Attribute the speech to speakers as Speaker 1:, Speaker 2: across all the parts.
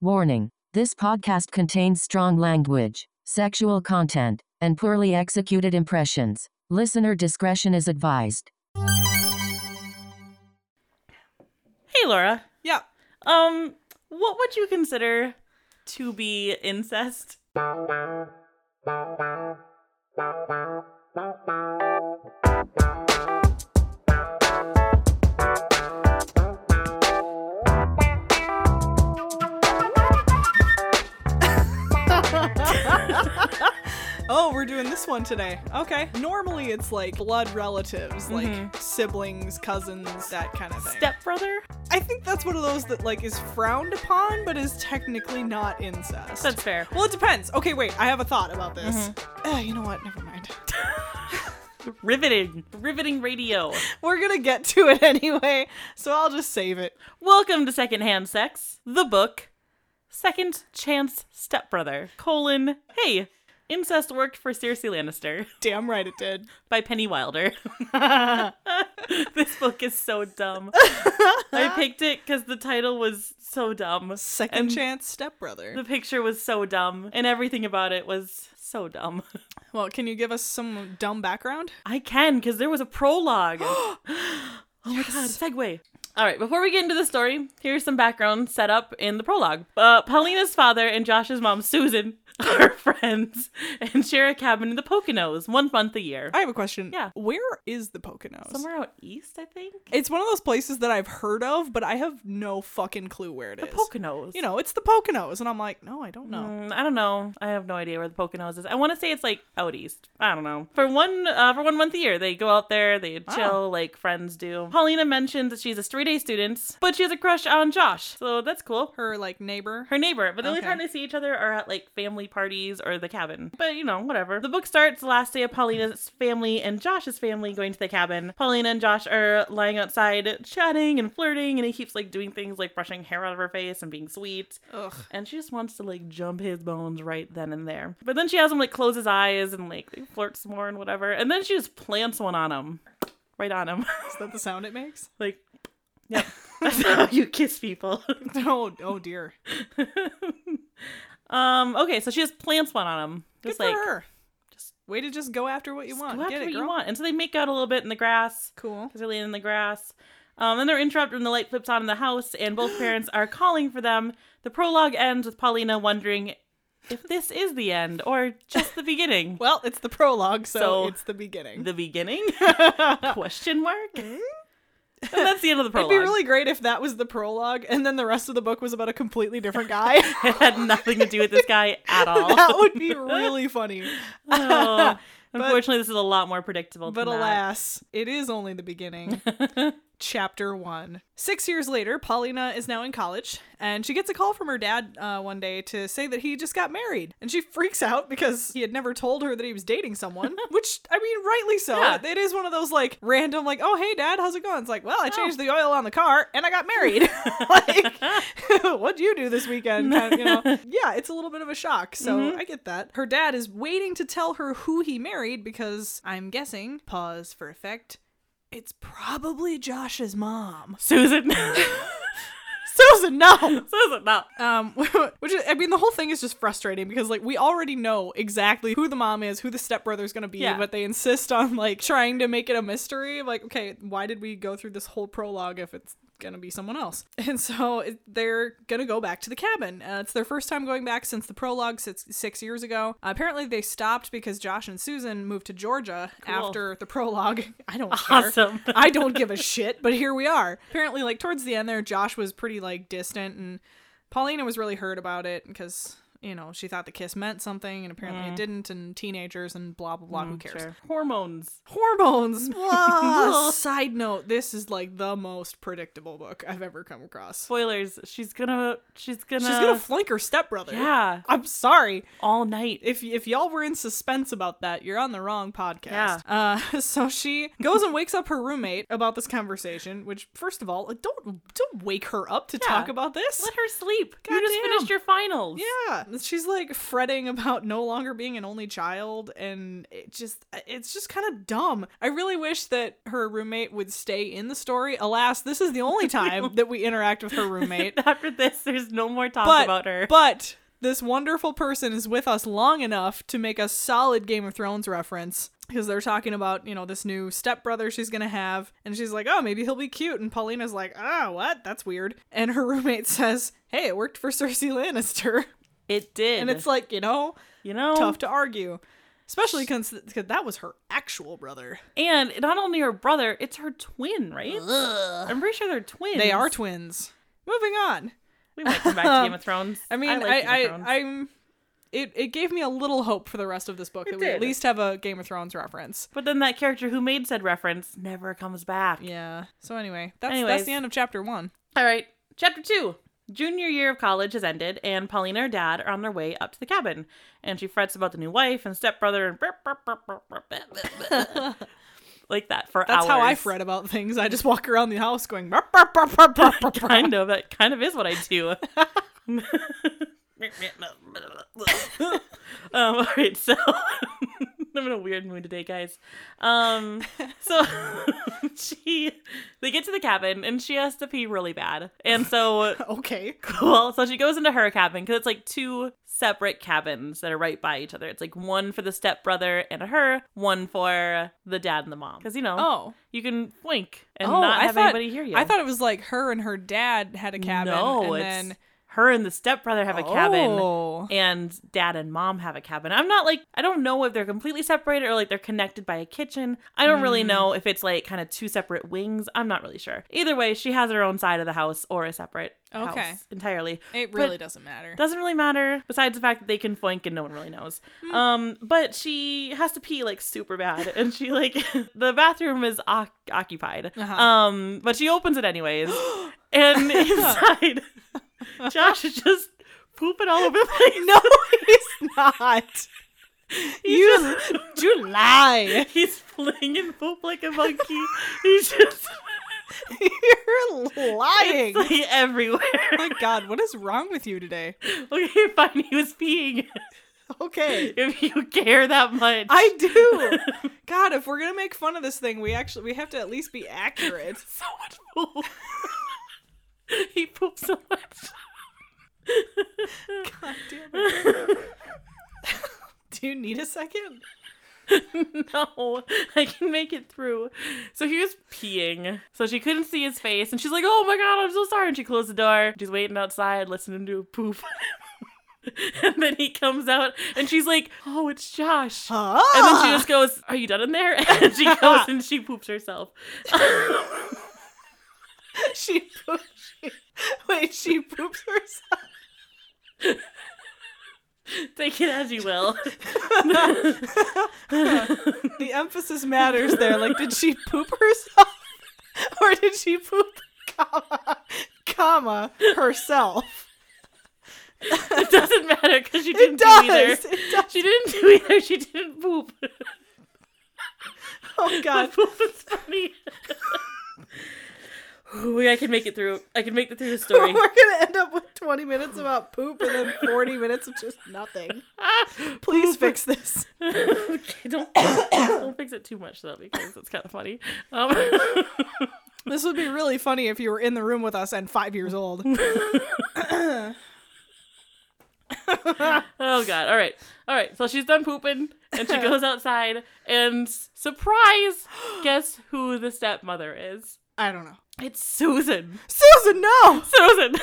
Speaker 1: Warning This podcast contains strong language, sexual content, and poorly executed impressions. Listener discretion is advised.
Speaker 2: Hey, Laura.
Speaker 3: Yeah.
Speaker 2: Um, what would you consider to be incest?
Speaker 3: Oh, we're doing this one today. Okay. Normally it's like blood relatives,
Speaker 2: Mm-hmm.
Speaker 3: like siblings, cousins, that kind of thing.
Speaker 2: Stepbrother?
Speaker 3: I think that's one of those that like is frowned upon but is technically not incest.
Speaker 2: That's Mm-hmm. fair.
Speaker 3: Well, it depends. Okay, wait. I have a thought about this. Uh, you know what? Never mind.
Speaker 2: Riveting. Riveting radio.
Speaker 3: We're going to get to it anyway, so I'll just save it.
Speaker 2: Welcome to Secondhand Sex, the book, Second Chance Stepbrother, colon, hey, incest worked for Cersei Lannister
Speaker 3: Damn right it did.
Speaker 2: by Penny Wilder. this book is so dumb. I picked it because the title was so dumb.
Speaker 3: Second
Speaker 2: and
Speaker 3: chance stepbrother.
Speaker 2: The picture was so dumb, and everything about it was so dumb.
Speaker 3: well, can you give us some dumb background?
Speaker 2: I can, because there was a prologue. oh my god, segue. All right, before we get into the story, here's some background set up in the prologue. Uh, Paulina's father and Josh's mom, Susan, are friends and share a cabin in the Poconos one month a year.
Speaker 3: I have a question.
Speaker 2: Yeah.
Speaker 3: Where is the Poconos?
Speaker 2: Somewhere out east, I think.
Speaker 3: It's one of those places that I've heard of, but I have no fucking clue where it is.
Speaker 2: Poconos.
Speaker 3: You know, it's the Poconos, and I'm like, no, I don't know.
Speaker 2: Mm, I don't know. I have no idea where the Poconos is. I want to say it's like out east. I don't know. For one, uh, for one month a year, they go out there, they
Speaker 3: Ah.
Speaker 2: chill like friends do. Paulina mentions that she's a three-day student, but she has a crush on Josh, so that's cool.
Speaker 3: Her like neighbor.
Speaker 2: Her neighbor, but the only
Speaker 3: Okay.
Speaker 2: time they see each other are at like family parties or the cabin. But you know, whatever. The book starts the last day of Paulina's family and Josh's family going to the cabin. Paulina and Josh are lying outside chatting and flirting, and he keeps like doing things like brushing hair out of her face and being sweet
Speaker 3: Ugh.
Speaker 2: and she just wants to like jump his bones right then and there. But then she has him like close his eyes and like they flirt some more and whatever, and then she just plants one on him, right on him,
Speaker 3: Is that the sound it makes?
Speaker 2: like, yep. That's how you kiss people.
Speaker 3: oh, oh dear.
Speaker 2: um. Okay, so she just plants one on him,
Speaker 3: Good
Speaker 2: just like
Speaker 3: for her. Just way to just go after what you want.
Speaker 2: go after
Speaker 3: Get it,
Speaker 2: what
Speaker 3: girl.
Speaker 2: you want, and so they make out a little bit in the grass.
Speaker 3: Cool.
Speaker 2: because they're laying in the grass. Um, then they're interrupted when the light flips on in the house, and both parents are calling for them. The prologue ends with Paulina wondering if this is the end or just the beginning.
Speaker 3: Well, it's the prologue, so,
Speaker 2: So-
Speaker 3: it's the beginning.
Speaker 2: the beginning? Question mark. And that's the end of the
Speaker 3: Hmm? It'd
Speaker 2: prologue.
Speaker 3: be really great if that was the prologue, and then the rest of the book was about a completely different guy.
Speaker 2: it had nothing to do with this guy at all.
Speaker 3: that would be really funny.
Speaker 2: Oh, unfortunately, this is a lot more predictable.
Speaker 3: But
Speaker 2: than that.
Speaker 3: alas, it is only the beginning. Chapter one. Six years later, Paulina is now in college, and she gets a call from her dad uh, one day to say that he just got married. And she freaks out because he had never told her that he was dating someone, which, I mean, rightly so.
Speaker 2: Yeah.
Speaker 3: It is one of those like random, like, oh, hey, dad, how's it going? It's like, well, I changed the oil on the car and I got married. like, what'd you do this weekend? Kind of, you know? Yeah, it's a little bit of a shock. So I get that. Her dad is waiting to tell her who he married because I'm guessing, pause for effect, it's probably Josh's mom.
Speaker 2: Susan.
Speaker 3: Susan, no.
Speaker 2: Susan, no.
Speaker 3: Um, which is, I mean, the whole thing is just frustrating because like we already know exactly who the mom is, who the stepbrother is going to be,
Speaker 2: Yeah.
Speaker 3: but they insist on like trying to make it a mystery. Like, okay, why did we go through this whole prologue if it's going to be someone else? And so it, they're going to go back to the cabin. Uh, it's their first time going back since the prologue six, six years ago. Uh, apparently, they stopped because Josh and Susan moved to Georgia after the prologue. I don't care.
Speaker 2: Awesome.
Speaker 3: I don't give a shit, but here we are. Apparently, like towards the end there, Josh was pretty like distant and Paulina was really hurt about it because, you know, she thought the kiss meant something and apparently it didn't and teenagers and blah blah blah, who cares?
Speaker 2: Sure. Hormones.
Speaker 3: Hormones. Blah. Side note, this is like the most predictable book I've ever come across.
Speaker 2: Spoilers. She's gonna. She's gonna.
Speaker 3: She's gonna flank her stepbrother.
Speaker 2: yeah.
Speaker 3: I'm sorry.
Speaker 2: All night.
Speaker 3: If if y'all were in suspense about that, you're on the wrong podcast.
Speaker 2: Yeah.
Speaker 3: Uh, so she goes and wakes up her roommate about this conversation. Which, first of all, like, don't don't wake her up to
Speaker 2: Yeah.
Speaker 3: talk about this.
Speaker 2: Let her sleep. you just
Speaker 3: Goddamn.
Speaker 2: finished your finals.
Speaker 3: Yeah. she's like fretting about no longer being an only child, and it just it's just kind of dumb. I really wish that her roommate would stay in the story. Alas, this is the only time that we interact with her roommate.
Speaker 2: After this, there's no more talk
Speaker 3: But
Speaker 2: about her.
Speaker 3: but this wonderful person is with us long enough to make a solid Game of Thrones reference. Because they're talking about, you know, this new stepbrother she's gonna have. And she's like, oh, maybe he'll be cute. And Paulina's like, ah, what? That's weird. And her roommate says, hey, it worked for Cersei Lannister.
Speaker 2: it did.
Speaker 3: And it's like, you know,
Speaker 2: you know,
Speaker 3: tough to argue. Especially because that was her actual brother.
Speaker 2: and not only her brother, it's her twin, right? I'm pretty sure they're twins.
Speaker 3: They are twins. Moving on.
Speaker 2: We might come back to Game of Thrones.
Speaker 3: I mean, I,
Speaker 2: like Game of
Speaker 3: I,
Speaker 2: Thrones.
Speaker 3: I, am It, it gave me a little hope for the rest of this book that we at
Speaker 2: did.
Speaker 3: least have a Game of Thrones reference.
Speaker 2: But then that character who made said reference never comes back.
Speaker 3: Yeah. So anyway, that's that's
Speaker 2: Anyways.
Speaker 3: the end of chapter one.
Speaker 2: All right, chapter two. Junior year of college has ended, and Paulina and her dad are on their way up to the cabin. And she frets about the new wife and stepbrother and burp, burp, burp, burp, burp, burp, burp, burp. like that for
Speaker 3: That's
Speaker 2: hours.
Speaker 3: how I fret about things. I just walk around the house going. "Burp, burp, burp, burp, burp, burp, burp."
Speaker 2: Kind of. That kind of is what I do. um, Um, all right, so I'm in a weird mood today, guys. Um, so she, they get to the cabin and she has to pee really bad, and so
Speaker 3: Okay.
Speaker 2: Well, so she goes into her cabin because it's like two separate cabins that are right by each other. It's like one for the stepbrother and her, one for the dad and the mom. Because, you know,
Speaker 3: Oh.
Speaker 2: you can wink and
Speaker 3: oh,
Speaker 2: not
Speaker 3: I
Speaker 2: have
Speaker 3: thought,
Speaker 2: anybody hear you.
Speaker 3: I thought it was like her and her dad had a cabin.
Speaker 2: no,
Speaker 3: and
Speaker 2: it's
Speaker 3: then,
Speaker 2: her and the stepbrother have a cabin.
Speaker 3: Oh.
Speaker 2: And dad and mom have a cabin. I'm not like, I don't know if they're completely separated or like they're connected by a kitchen. I don't
Speaker 3: Mm.
Speaker 2: really know if it's like kind of two separate wings. I'm not really sure. Either way, she has her own side of the house or a separate
Speaker 3: Okay.
Speaker 2: house entirely.
Speaker 3: It
Speaker 2: But-
Speaker 3: really doesn't matter.
Speaker 2: Doesn't really matter, besides the fact that they can foink and no one really knows.
Speaker 3: Hmm.
Speaker 2: Um, but she has to pee like super bad, and she like the bathroom is oc- occupied.
Speaker 3: Uh-huh.
Speaker 2: Um, but she opens it anyways, and inside, Josh is just pooping all over the place.
Speaker 3: no, he's not. you, you lie.
Speaker 2: He's flinging poop like a monkey. He's just
Speaker 3: You're lying. Oh
Speaker 2: it's, like everywhere.
Speaker 3: my God, what is wrong with you today?
Speaker 2: okay, fine. He was peeing.
Speaker 3: Okay.
Speaker 2: If you care that much,
Speaker 3: I do. God, if we're gonna make fun of this thing, we actually we have to at least be accurate.
Speaker 2: so much poop. he poops so much.
Speaker 3: God damn it. do you need a second?
Speaker 2: no, I can make it through. So he was peeing. So she couldn't see his face. And she's like, oh my God, I'm so sorry. And she closed the door. She's waiting outside, listening to a poop. and then he comes out and she's like, oh, it's Josh.
Speaker 3: Huh?
Speaker 2: And then
Speaker 3: Ah!
Speaker 2: she just goes, are you done in there? And she goes and she poops herself.
Speaker 3: just she, poo- she wait she poops herself.
Speaker 2: Take it as you will.
Speaker 3: The emphasis matters there. Like, did she poop herself, or did she poop comma comma herself?
Speaker 2: It doesn't matter because she
Speaker 3: It
Speaker 2: didn't do
Speaker 3: does.
Speaker 2: either.
Speaker 3: It does.
Speaker 2: She didn't do either. She didn't poop.
Speaker 3: Oh God.
Speaker 2: poop is funny. Ooh, I can make it through. I can make it through the story.
Speaker 3: We're gonna end up with 20 minutes about poop and then 40 minutes of just nothing. Please fix this.
Speaker 2: okay, don't don't fix it too much though, because it's kind of funny. Um,
Speaker 3: This would be really funny if you were in the room with us and five years old.
Speaker 2: oh god. All right. All right. So she's done pooping, and she goes outside, and surprise, guess who the stepmother is?
Speaker 3: I don't know.
Speaker 2: It's Susan.
Speaker 3: Susan, no!
Speaker 2: Susan.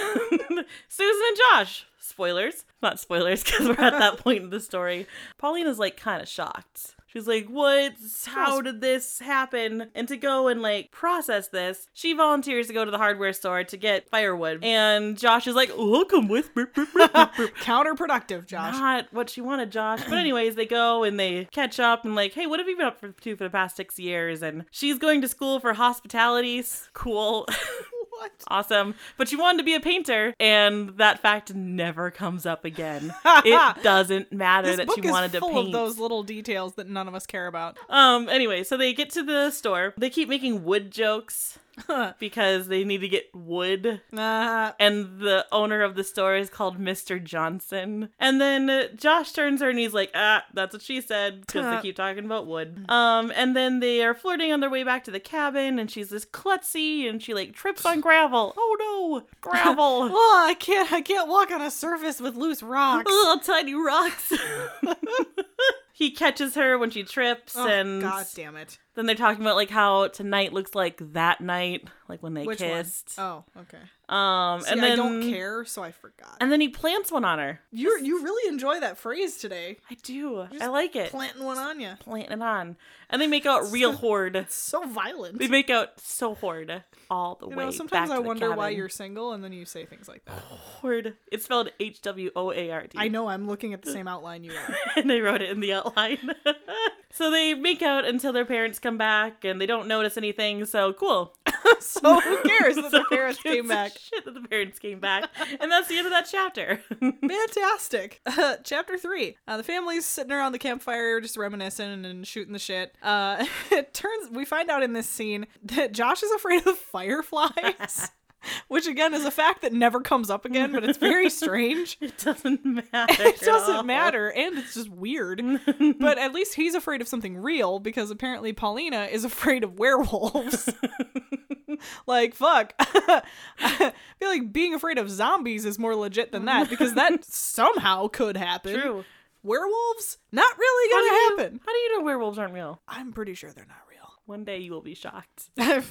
Speaker 2: Susan and Josh. Spoilers. Not spoilers because we're at that point in the story. Paulina's like kind of shocked. She's like, what? How did this happen? And to go and like process this, she volunteers to go to the hardware store to get firewood. And Josh is like, oh, I'll come with. Brr, brr, brr, brr, brr.
Speaker 3: Counterproductive, Josh.
Speaker 2: Not what she wanted, Josh. But anyways, they go and they catch up and like, hey, what have you been up to for the past six years? And she's going to school for hospitality. S- Cool.
Speaker 3: What?
Speaker 2: Awesome. But you wanted to be a painter, and that fact never comes up again. it doesn't matter
Speaker 3: This
Speaker 2: that
Speaker 3: book
Speaker 2: she
Speaker 3: is
Speaker 2: wanted to
Speaker 3: full
Speaker 2: paint.
Speaker 3: of those little details that none of us care about.
Speaker 2: Um, anyway, so they get to the store. They keep making wood jokes. because they need to get wood
Speaker 3: Nah.
Speaker 2: and the owner of the store is called Mr. Johnson. And then uh, Josh turns her and he's like, "Ah, that's what she said," because they keep talking about wood. Um, and then they are flirting on their way back to the cabin, and she's this klutzy, and she like trips on gravel. Oh no, gravel!
Speaker 3: Oh, I can't. I can't walk on a surface with loose rocks. Oh,
Speaker 2: Little tiny rocks. he catches her when she trips,
Speaker 3: Oh,
Speaker 2: and
Speaker 3: God damn it!
Speaker 2: then they're talking about like how tonight looks like that night, like when they
Speaker 3: Which
Speaker 2: kissed.
Speaker 3: one? Oh, okay.
Speaker 2: Um,
Speaker 3: See,
Speaker 2: and then
Speaker 3: I don't care, so I forgot.
Speaker 2: And then he plants one on her.
Speaker 3: you you really enjoy that phrase today.
Speaker 2: I do. I like it.
Speaker 3: Planting one on you.
Speaker 2: Plant it on. And they make out real horde.
Speaker 3: So violent.
Speaker 2: They make out so horde all the
Speaker 3: you
Speaker 2: way.
Speaker 3: know, sometimes
Speaker 2: back
Speaker 3: I
Speaker 2: to the
Speaker 3: wonder why
Speaker 2: cabin.
Speaker 3: you're single, and then you say things like that.
Speaker 2: horde. It's spelled H W O A R D.
Speaker 3: I know. I'm looking at the same outline you are.
Speaker 2: and they wrote it in the outline. so they make out until their parents come back and they don't notice anything, so cool.
Speaker 3: so who cares that the
Speaker 2: So
Speaker 3: parents
Speaker 2: gives
Speaker 3: came
Speaker 2: a
Speaker 3: back?
Speaker 2: Shit that the parents came back. and that's the end of that chapter.
Speaker 3: Fantastic. Uh, chapter three. Uh, the family's sitting around the campfire, just reminiscing and shooting the shit. Uh, it turns we find out in this scene that Josh is afraid of fireflies, which again is a fact that never comes up again, but it's very strange.
Speaker 2: it doesn't matter.
Speaker 3: It
Speaker 2: at all.
Speaker 3: doesn't matter, and it's just weird. but at least he's afraid of something real because apparently Paulina is afraid of werewolves. like, fuck. I feel like being afraid of zombies is more legit than that because that somehow could happen.
Speaker 2: True.
Speaker 3: Werewolves? Not really
Speaker 2: How do you-
Speaker 3: gonna happen.
Speaker 2: How do you know werewolves aren't real?
Speaker 3: I'm pretty sure they're not real.
Speaker 2: One day you will be shocked.
Speaker 3: I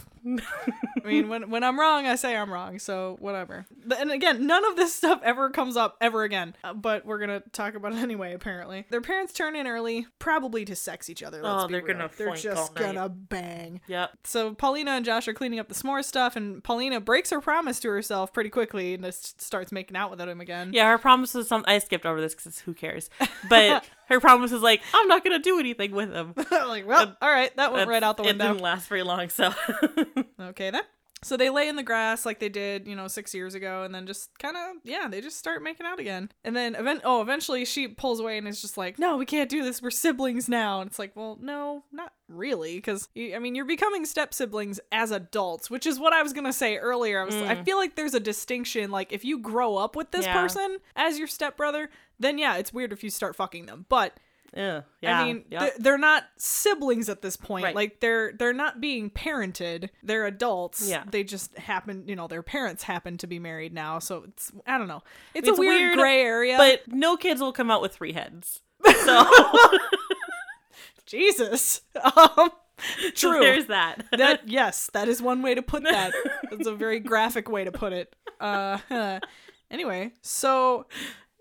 Speaker 3: mean, when when I'm wrong, I say I'm wrong. So whatever. But- And again, none of this stuff ever comes up ever again. Uh, but we're gonna talk about it anyway. Apparently, their parents turn in early, probably to sex each other. Let's
Speaker 2: Oh,
Speaker 3: be
Speaker 2: they're
Speaker 3: real.
Speaker 2: gonna
Speaker 3: They're
Speaker 2: flank
Speaker 3: just
Speaker 2: all night.
Speaker 3: gonna bang.
Speaker 2: Yep.
Speaker 3: So Paulina and Josh are cleaning up the s'more stuff, and Paulina breaks her promise to herself pretty quickly and just starts making out with him again.
Speaker 2: Yeah, her promise was some. I skipped over this because who cares? But her promise was like, I'm not gonna do anything with him.
Speaker 3: like, well, all right, that went right out the
Speaker 2: It
Speaker 3: window.
Speaker 2: didn't last very long, so
Speaker 3: Okay then. So they lay in the grass like they did, you know, six years ago, and then just kind of, yeah, they just start making out again. And then, event- oh, eventually she pulls away and is just like, "No, we can't do this. We're siblings now." And it's like, well, no, not really, because I mean, you're becoming step siblings as adults, which is what I was gonna say earlier. I was, I feel like there's a distinction. Like if you grow up with this
Speaker 2: Yeah.
Speaker 3: person as your stepbrother, then yeah, it's weird if you start fucking them, but
Speaker 2: Ugh, yeah.
Speaker 3: I mean,
Speaker 2: yep.
Speaker 3: they're, they're not siblings at this point.
Speaker 2: Right.
Speaker 3: Like they're they're not being parented. They're adults.
Speaker 2: Yeah.
Speaker 3: They just happen, you know, their parents happen to be married now. So it's I don't know. It's,
Speaker 2: It's
Speaker 3: a weird,
Speaker 2: weird,
Speaker 3: gray area.
Speaker 2: but no kids will come out with three heads. So
Speaker 3: Jesus, um, true.
Speaker 2: There's that.
Speaker 3: that yes, that is one way to put that. That's a very graphic way to put it. Uh, huh. anyway, so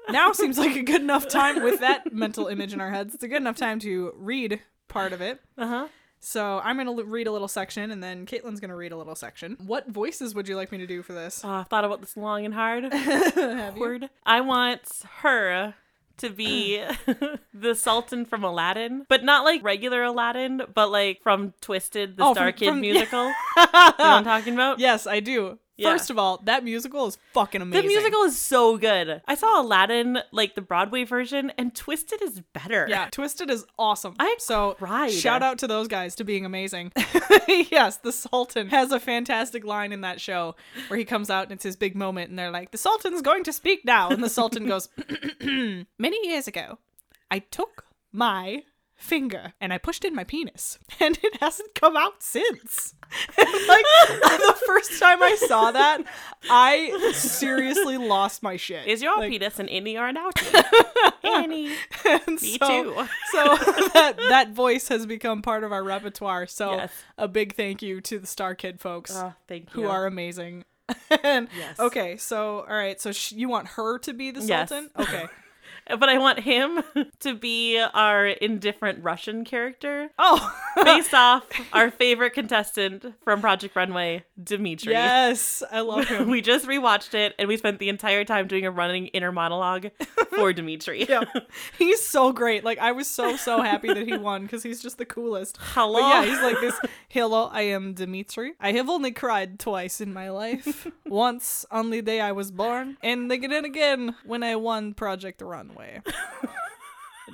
Speaker 3: now seems like a good enough time with that mental image in our heads. It's a good enough time to read part of it.
Speaker 2: Uh huh.
Speaker 3: So I'm gonna l- read a little section, and then Caitlin's gonna read a little section. What voices would you like me to do for this?
Speaker 2: Oh, I thought about this long and hard. Horde. I want her to be the Sultan from Aladdin, but not like regular Aladdin, but like from Twisted, the
Speaker 3: Oh,
Speaker 2: Star
Speaker 3: from-
Speaker 2: Kid
Speaker 3: from-
Speaker 2: musical. you know what I'm talking about?
Speaker 3: yes, I do.
Speaker 2: Yeah.
Speaker 3: First of all, that musical is fucking
Speaker 2: The
Speaker 3: amazing.
Speaker 2: musical is so good. I saw Aladdin, like the Broadway version, and Twisted is better.
Speaker 3: Yeah, Twisted is awesome.
Speaker 2: I
Speaker 3: so
Speaker 2: cried.
Speaker 3: shout out to those guys to being amazing. yes, the Sultan has a fantastic line in that show where he comes out and it's his big moment, and they're like, "The Sultan's going to speak now," and the Sultan goes, "Many years ago, I took my." Finger and I pushed in my penis, and it hasn't come out since. like the first time I saw that, I seriously lost my shit.
Speaker 2: Is your
Speaker 3: like,
Speaker 2: penis an innie or an outie? Annie.
Speaker 3: and
Speaker 2: Me
Speaker 3: so,
Speaker 2: too.
Speaker 3: so that that voice has become part of our repertoire. So
Speaker 2: Yes.
Speaker 3: a big thank you to the Star Kid folks
Speaker 2: Oh, thank you.
Speaker 3: who are amazing. and,
Speaker 2: Yes.
Speaker 3: Okay. So all right. So sh- you want her to be the
Speaker 2: Yes.
Speaker 3: Sultan? Okay.
Speaker 2: But I want him to be our indifferent Russian character
Speaker 3: Oh.
Speaker 2: based off our favorite contestant from Project Runway, Dimitri.
Speaker 3: yes, I love him.
Speaker 2: We just rewatched it and we spent the entire time doing a running inner monologue for Dimitri.
Speaker 3: Yeah. He's so great. Like I was so so happy that he won because he's just the coolest.
Speaker 2: Hello.
Speaker 3: But yeah, he's like this. Hello, I am Dimitri. I have only cried twice in my life. Once on the day I was born, and again again when I won Project Runway.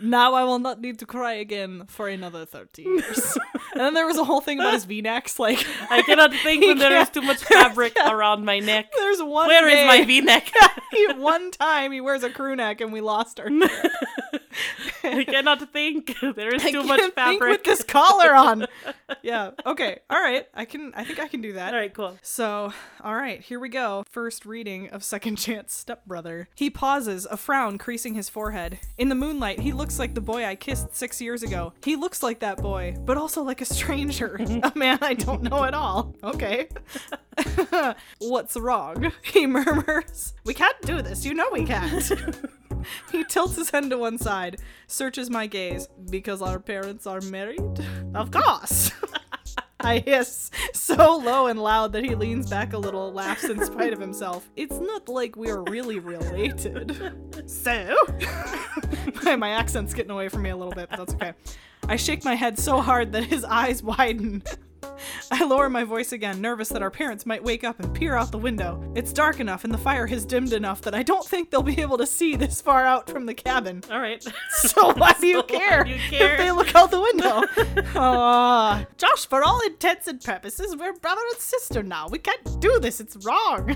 Speaker 3: now I will not need to cry again for another 30 years. and then there was a whole thing about his v-necks. Like,
Speaker 2: I cannot think when there is too much fabric around my neck.
Speaker 3: there's one
Speaker 2: Where
Speaker 3: day,
Speaker 2: is my V neck?
Speaker 3: he- one time he wears a crew neck and we lost our
Speaker 2: I cannot think. There is
Speaker 3: I
Speaker 2: too much
Speaker 3: can't think
Speaker 2: fabric.
Speaker 3: with this collar on. yeah. Okay. All right. I can. I think I can do that.
Speaker 2: All right, cool.
Speaker 3: So, all right, here we go. First reading of Second Chance Stepbrother. He pauses, a frown creasing his forehead. In the moonlight, he looks like the boy I kissed six years ago. He looks like that boy, but also like a stranger, a man I don't know at all. Okay. What's wrong? He murmurs. We can't do this. You know we can't. He tilts his head to one side, searches my gaze. Because our parents are married? Of course! I hiss so low and loud that he leans back a little, laughs in spite of himself. It's not like we're really related. So? my, my accent's getting away from me a little bit, but that's okay. I shake my head so hard that his eyes widen. I lower my voice again, nervous that our parents might wake up and peer out the window. It's dark enough and the fire has dimmed enough that I don't think they'll be able to see this far out from the cabin.
Speaker 2: All right.
Speaker 3: So why do you
Speaker 2: So why
Speaker 3: care,
Speaker 2: do you care?
Speaker 3: if they look out the window? Ah, Josh, for all intents and purposes, we're brother and sister now. We can't do this. It's wrong.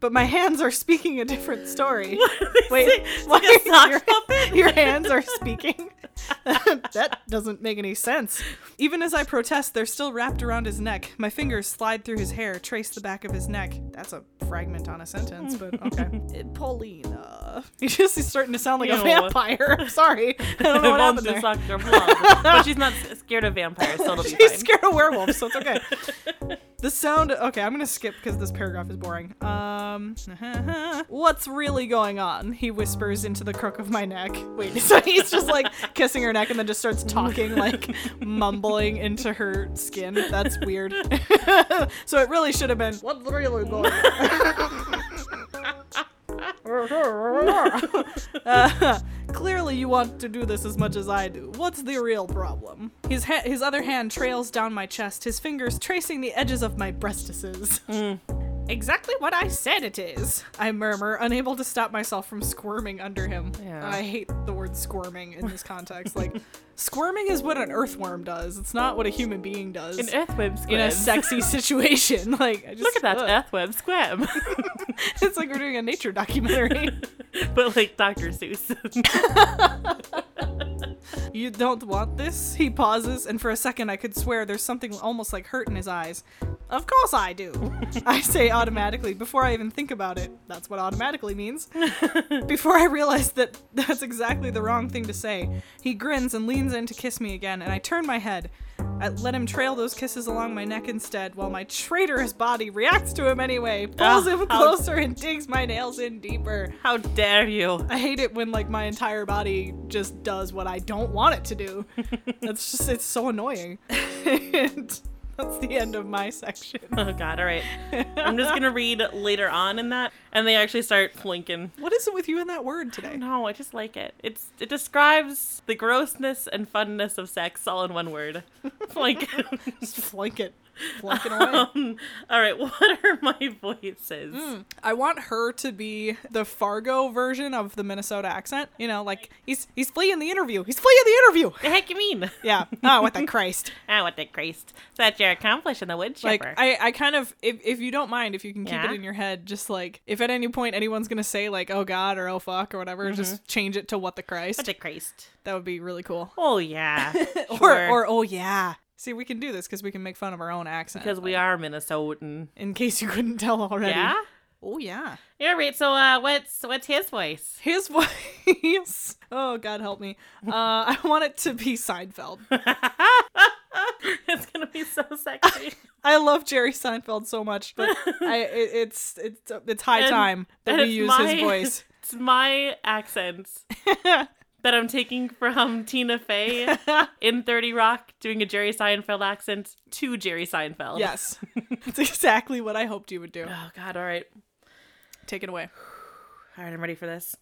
Speaker 3: but my hands are speaking a different story. Wait,
Speaker 2: like
Speaker 3: why-
Speaker 2: a sock
Speaker 3: your-
Speaker 2: puppet?
Speaker 3: Your hands are speaking. that doesn't make any sense. Even as I protest, they're still wrapped around his neck. My fingers slide through his hair, trace the back of his neck. That's a fragment on a sentence, but okay. Paulina. He's just he's starting to sound like
Speaker 2: Ew.
Speaker 3: a vampire. I'm sorry. I don't know what
Speaker 2: Bones
Speaker 3: happened
Speaker 2: and
Speaker 3: there.
Speaker 2: socks are blonde. But she's not s- scared of vampires, so it'll be
Speaker 3: She's
Speaker 2: fine.
Speaker 3: scared of werewolves, so it's okay. the sound. Okay, I'm gonna skip because this paragraph is boring. Um, what's really going on? He whispers into the crook of my neck. Wait, so he's just like kissing her neck and then just starts talking, like mumbling into her skin. That's weird. so it really should have been what's really going on. Uh, clearly, you want to do this as much as I do. What's the real problem? His ha- his other hand trails down my chest, his fingers tracing the edges of my breastises.
Speaker 2: Hmm.
Speaker 3: Exactly what I said it is, I murmur, unable to stop myself from squirming under him.
Speaker 2: Yeah.
Speaker 3: I hate the word squirming in this context. like, squirming is what an earthworm does, it's not what a human being does
Speaker 2: An earthworm squib.
Speaker 3: in a sexy situation. Like, I just,
Speaker 2: Look at that
Speaker 3: ugh.
Speaker 2: earthworm squib.
Speaker 3: it's like we're doing a nature documentary.
Speaker 2: but like Dr. Seuss.
Speaker 3: You don't want this? He pauses, and for a second I could swear there's something almost like hurt in his eyes. Of course I do! I say automatically before I even think about it. That's what automatically means. before I realize that that's exactly the wrong thing to say. He grins and leans in to kiss me again, and I turn my head. I let him trail those kisses along my neck instead, while my traitorous body reacts to him anyway, pulls
Speaker 2: Ah,
Speaker 3: him
Speaker 2: how-
Speaker 3: closer, and digs my nails in deeper.
Speaker 2: How dare you?
Speaker 3: I hate it when like my entire body just does what I don't want it to do. That's just it's so annoying. and that's the end of my section.
Speaker 2: Oh god, all right. I'm just gonna read later on in that, and they actually start flinking.
Speaker 3: What is it with you and that word today?
Speaker 2: No, I just like it. It's it describes the grossness and funness of sex all in one word. Like,
Speaker 3: Just flank it. Flank it away.
Speaker 2: all right, what are my voices?
Speaker 3: I want her to be the Fargo version of the Minnesota accent. You know, like he's he's fleeing the interview. He's fleeing the interview.
Speaker 2: The heck you mean?
Speaker 3: Yeah. Oh, what the Christ.
Speaker 2: Ah, what the Christ? That you're accomplished in the wood
Speaker 3: like
Speaker 2: chipper.
Speaker 3: I, I kind of if, if you don't mind if you can keep
Speaker 2: Yeah.
Speaker 3: it in your head just like if at any point anyone's gonna say like oh god or oh fuck or whatever just change it to what the christ
Speaker 2: what the Christ?
Speaker 3: that would be really cool
Speaker 2: Oh yeah,
Speaker 3: or or oh yeah see we can do this because we can make fun of our own accent
Speaker 2: because we are Minnesotan.
Speaker 3: in case you couldn't tell already
Speaker 2: Yeah.
Speaker 3: oh yeah
Speaker 2: All right. So, uh, what's what's his voice?
Speaker 3: his voice oh god help me uh i want it to be seinfeld
Speaker 2: it's gonna be so sexy.
Speaker 3: i love jerry seinfeld so much but i it, it's it's it's high
Speaker 2: And-
Speaker 3: time that
Speaker 2: and
Speaker 3: we
Speaker 2: it's
Speaker 3: use
Speaker 2: my-
Speaker 3: his voice
Speaker 2: It's my accents that I'm taking from Tina Fey in 30 Rock doing a Jerry Seinfeld accent to Jerry Seinfeld.
Speaker 3: Yes. That's exactly what I hoped you would do.
Speaker 2: Oh, God. All right.
Speaker 3: Take it away.
Speaker 2: All right. I'm ready for this.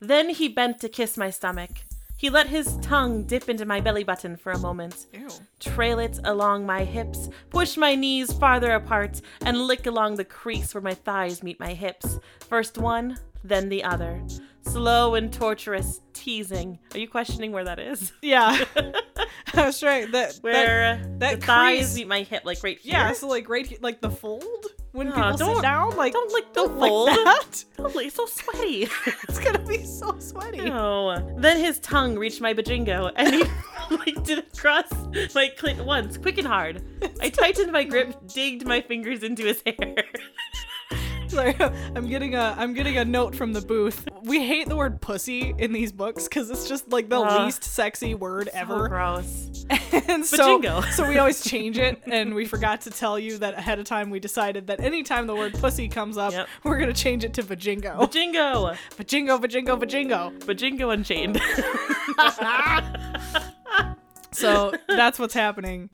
Speaker 2: then he bent to kiss my stomach. He let his tongue dip into my belly button for a moment,
Speaker 3: Ew.
Speaker 2: trail it along my hips, push my knees farther apart, and lick along the crease where my thighs meet my hips. First one, then the other. Slow and torturous teasing. Are you questioning where that is?
Speaker 3: Yeah. That's right. That that,
Speaker 2: Where
Speaker 3: that
Speaker 2: the thighs
Speaker 3: crease-
Speaker 2: meet my hip, like right here.
Speaker 3: yeah, so like right here, like the fold when
Speaker 2: Yeah,
Speaker 3: people sit
Speaker 2: don't-
Speaker 3: down, like
Speaker 2: don't lick the
Speaker 3: don't like
Speaker 2: fold.
Speaker 3: that.
Speaker 2: Oh, it's so sweaty.
Speaker 3: It's gonna be so sweaty.
Speaker 2: No. Then his tongue reached my bajingo and he licked it across my clit once, quick and hard. I tightened my grip, digged my fingers into his hair.
Speaker 3: Sorry, I'm getting a I'm getting a note from the booth. We hate the word pussy in these books because it's just like the
Speaker 2: Ugh.
Speaker 3: least sexy word
Speaker 2: Oh,
Speaker 3: ever.
Speaker 2: gross.
Speaker 3: and so,
Speaker 2: Bajingo.
Speaker 3: so we always change it, and we forgot to tell you that ahead of time. We decided that anytime the word pussy comes up,
Speaker 2: Yep.
Speaker 3: we're gonna change it to vajingo.
Speaker 2: Bajingo.
Speaker 3: Vajingo, vajingo, vajingo.
Speaker 2: Bajingo Unchained.
Speaker 3: So that's what's happening.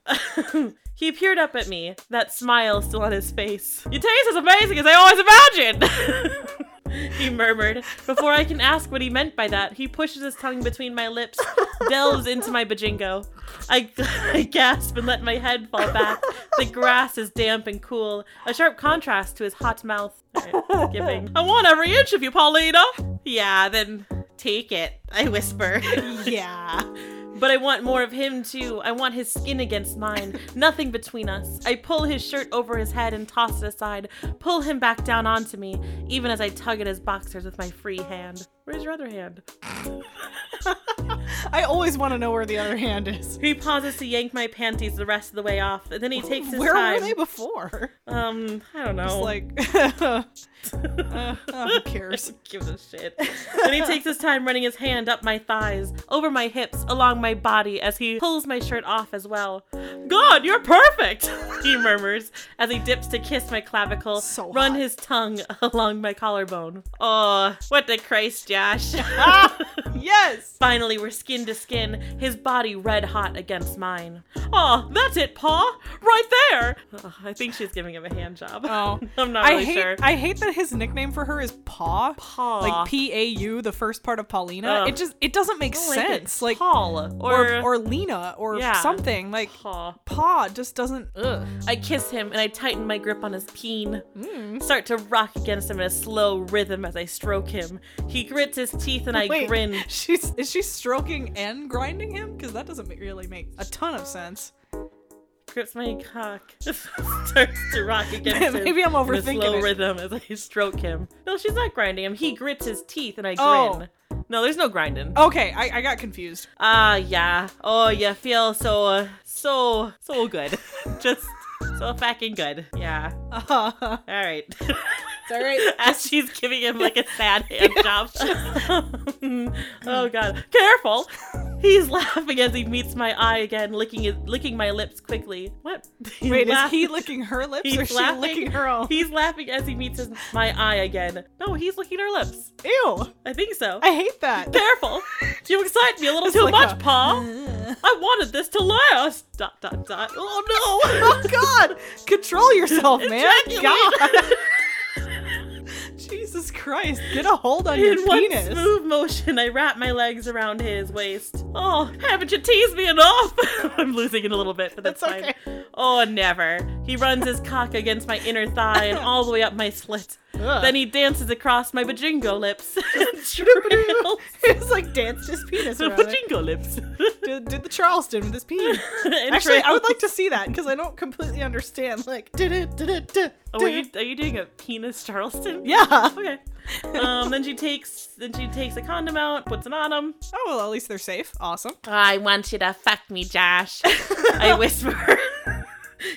Speaker 2: he peered up at me, that smile still on his face. You taste as amazing as I always imagined! he murmured. Before I can ask what he meant by that, he pushes his tongue between my lips, delves into my bajingo. I, I gasp and let my head fall back. The grass is damp and cool, a sharp contrast to his hot mouth. All right, skipping. I want every inch of you, Paulina! Yeah, then take it, I whisper.
Speaker 3: Yeah.
Speaker 2: But I want more of him too. I want his skin against mine. Nothing between us. I pull his shirt over his head and toss it aside, pull him back down onto me, even as I tug at his boxers with my free hand. Where's your other hand?
Speaker 3: I always want to know where the other hand is.
Speaker 2: He pauses to yank my panties the rest of the way off, and then he takes his
Speaker 3: Where
Speaker 2: time.
Speaker 3: were they before?
Speaker 2: um, I don't know.
Speaker 3: It's like, uh, uh, who cares?
Speaker 2: Give a shit. and he takes his time running his hand up my thighs, over my hips, along my body as he pulls my shirt off as well. God, you're perfect! he murmurs as he dips to kiss my clavicle,
Speaker 3: So
Speaker 2: run
Speaker 3: hot.
Speaker 2: his tongue along my collarbone. Oh, what the Christ, Josh.
Speaker 3: Yes.
Speaker 2: Finally, we're skin to skin, his body red hot against mine. Aw, that's it, Pa! Right there! Ugh, I think she's giving him a hand job.
Speaker 3: Oh,
Speaker 2: I'm not
Speaker 3: I
Speaker 2: really
Speaker 3: hate.
Speaker 2: sure.
Speaker 3: I hate that his nickname for her is Paw.
Speaker 2: Paw.
Speaker 3: Like P A U, the first part of Paulina.
Speaker 2: Ugh.
Speaker 3: It just it doesn't make
Speaker 2: don't like it.
Speaker 3: sense. Like
Speaker 2: Paul
Speaker 3: or
Speaker 2: or
Speaker 3: or Lena or
Speaker 2: Yeah.
Speaker 3: something. Like
Speaker 2: Paul.
Speaker 3: Paw just doesn't. Ugh.
Speaker 2: I kiss him and I tighten my grip on his peen.
Speaker 3: Mm.
Speaker 2: Start to rock against him in a slow rhythm as I stroke him. He grits his teeth and I
Speaker 3: Wait,
Speaker 2: grin.
Speaker 3: She's is she stroking and grinding him? Because that doesn't ma- really make a ton of sense.
Speaker 2: Grips my cock. Starts to rock against him.
Speaker 3: Maybe I'm
Speaker 2: in a
Speaker 3: overthinking
Speaker 2: slow
Speaker 3: it.
Speaker 2: rhythm as I stroke him. No, she's not grinding him. He grits his teeth and I
Speaker 3: Oh.
Speaker 2: grin. No, there's no grinding.
Speaker 3: Okay, I, I got confused.
Speaker 2: Ah, yeah. Oh, you feel so, uh, so, so good. Just so fucking good. Yeah.
Speaker 3: Uh,
Speaker 2: All right.
Speaker 3: it's all right.
Speaker 2: as she's giving him like a sad hand job. oh god, careful! He's laughing as he meets my eye again, licking his, licking my lips quickly. What? He
Speaker 3: Wait, is
Speaker 2: laugh-
Speaker 3: he licking her lips
Speaker 2: He's
Speaker 3: or is she
Speaker 2: laughing.
Speaker 3: licking her own?
Speaker 2: He's laughing as he meets his, my eye again. No, he's licking her lips.
Speaker 3: Ew!
Speaker 2: I think so.
Speaker 3: I hate that.
Speaker 2: Careful! You excite me a little
Speaker 3: It's
Speaker 2: too
Speaker 3: like
Speaker 2: much,
Speaker 3: a-
Speaker 2: Pa. I wanted this to last. Dot dot dot. Oh no!
Speaker 3: oh God! Control yourself, man.
Speaker 2: Ejaculate.
Speaker 3: God. Jesus Christ! Get a hold on
Speaker 2: In
Speaker 3: your
Speaker 2: one
Speaker 3: penis.
Speaker 2: smooth motion, I wrap my legs around his waist. Oh, haven't you teased me enough? I'm losing it a little bit, but that's,
Speaker 3: That's
Speaker 2: fine. Oh, never. He runs his cock against my inner thigh and all the way up my slit.
Speaker 3: Ugh.
Speaker 2: Then he dances across my bajingo lips. and trails-
Speaker 3: it's like danced his penis around. it.
Speaker 2: bajingo lips.
Speaker 3: Did, did the Charleston with his penis.
Speaker 2: And
Speaker 3: Actually, I would
Speaker 2: trails-
Speaker 3: like to see that because I don't completely understand. Like, did it, did it, did
Speaker 2: Oh, are you, are you doing a penis Charleston?
Speaker 3: Yeah. Oh,
Speaker 2: Okay. Um, then she takes then she takes a condom out, puts it on him.
Speaker 3: Oh well, at least they're safe. Awesome.
Speaker 2: I want you to fuck me, Josh. I whisper.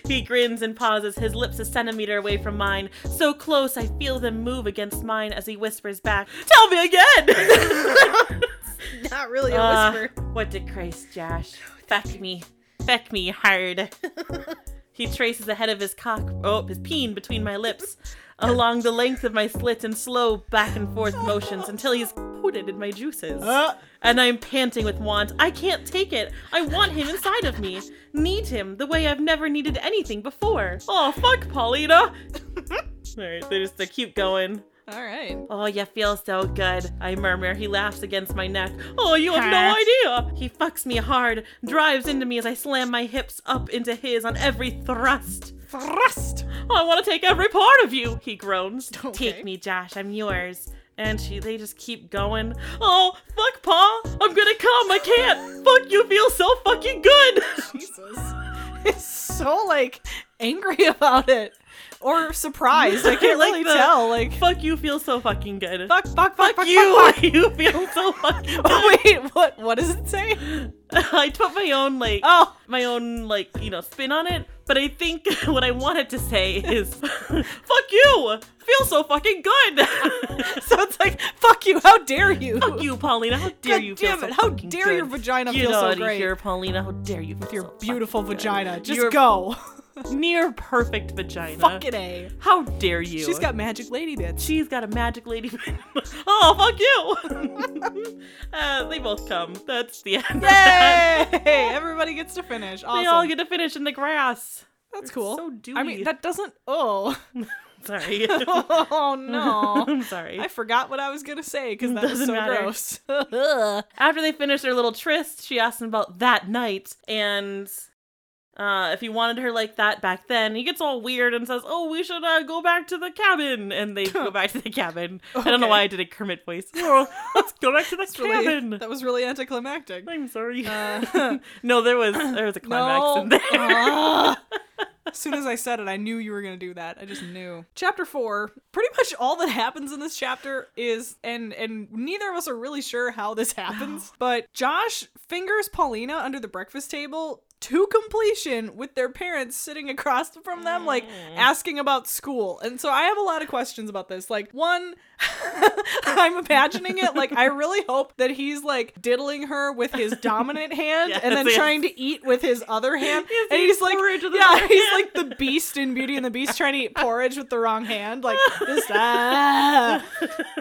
Speaker 2: he grins and pauses, his lips a centimeter away from mine. So close, I feel them move against mine as he whispers back, Tell me again!
Speaker 3: Not really
Speaker 2: Uh, what did Christ, Josh? Fuck me. Fuck me hard. he traces the head of his cock, oh, his peen between my lips, along the length of my slit in slow back and forth motions until he's coated in my juices.
Speaker 3: Uh,
Speaker 2: And I'm panting with want. I can't take it. I want him inside of me. Need him the way I've never needed anything before. Oh, fuck, Paulina. All right, they just they keep going.
Speaker 3: All right.
Speaker 2: Oh, you feel so good, I murmur. He laughs against my neck. Oh, you have no idea! He fucks me hard, drives into me as I slam my hips up into his on every thrust.
Speaker 3: Thrust.
Speaker 2: Oh, I want to take every part of you, he groans.
Speaker 3: Okay.
Speaker 2: Take me, Josh, I'm yours. And she, they just keep going. Oh, fuck, Pa! I'm gonna come, I can't! Fuck, you feel so fucking good!
Speaker 3: Jesus. It's so like angry about it or surprised. I can't
Speaker 2: Like
Speaker 3: really
Speaker 2: the-
Speaker 3: tell. Like
Speaker 2: fuck, you feel so fucking good.
Speaker 3: fuck, fuck, fuck, fuck
Speaker 2: you,
Speaker 3: fuck, fuck.
Speaker 2: you feel so fucking good.
Speaker 3: Wait, what? What does it say?
Speaker 2: I put my own like
Speaker 3: Oh,
Speaker 2: my own like you know spin on it, but I think what I wanted to say is, "Fuck you, feel so fucking good."
Speaker 3: so it's like fuck you. How dare you?
Speaker 2: Fuck you, Paulina. How dare
Speaker 3: God
Speaker 2: you feel
Speaker 3: damn
Speaker 2: so
Speaker 3: it, how
Speaker 2: fucking
Speaker 3: dare
Speaker 2: good.
Speaker 3: your vagina
Speaker 2: Get
Speaker 3: feel so
Speaker 2: out of
Speaker 3: great.
Speaker 2: here, Paulina. How dare you? With
Speaker 3: Your beautiful vagina. Just
Speaker 2: Your
Speaker 3: go.
Speaker 2: near perfect vagina.
Speaker 3: Fucking a.
Speaker 2: How dare you?
Speaker 3: She's got magic lady bits.
Speaker 2: She's got a magic lady. oh, fuck you! uh, they both come. That's the end. Of that.
Speaker 3: Yay! Everybody gets to finish. Awesome.
Speaker 2: They all get to finish in the grass.
Speaker 3: That's cool.
Speaker 2: so
Speaker 3: I
Speaker 2: dewy.
Speaker 3: mean, that doesn't. Oh.
Speaker 2: Sorry.
Speaker 3: oh no.
Speaker 2: I'm sorry.
Speaker 3: I forgot what I was gonna say because that was
Speaker 2: Doesn't
Speaker 3: so
Speaker 2: matter.
Speaker 3: gross. Ugh.
Speaker 2: After they finished their little tryst, she asked him about that night and uh, if he wanted her like that back then. He gets all weird and says, Oh, we should uh, go back to the cabin. And they go back to the cabin. I don't know
Speaker 3: Okay.
Speaker 2: why I did a Kermit voice. Oh, let's go back to the
Speaker 3: It's really-
Speaker 2: cabin.
Speaker 3: that was really anticlimactic.
Speaker 2: I'm sorry.
Speaker 3: Uh,
Speaker 2: no, there was there was a climax in there.
Speaker 3: Ugh. Ah. as soon as I said it, I knew you were going to do that. I just knew. Chapter 4, pretty much all that happens in this chapter is and and neither of us are really sure how this happens, but Josh fingers Paulina under the breakfast table to completion with their parents sitting across from them like
Speaker 2: Mm.
Speaker 3: asking about school. And so I have a lot of questions about this. Like one I'm imagining it like I really hope that he's like diddling her with his dominant hand and then
Speaker 2: Yes, yes.
Speaker 3: trying to eat with his other hand
Speaker 2: Yes,
Speaker 3: and
Speaker 2: he
Speaker 3: he's like,
Speaker 2: foraged with his
Speaker 3: yeah,
Speaker 2: other
Speaker 3: he's
Speaker 2: hand.
Speaker 3: like the beast in Beauty and the Beast trying to eat porridge with the wrong hand, like this. Ah.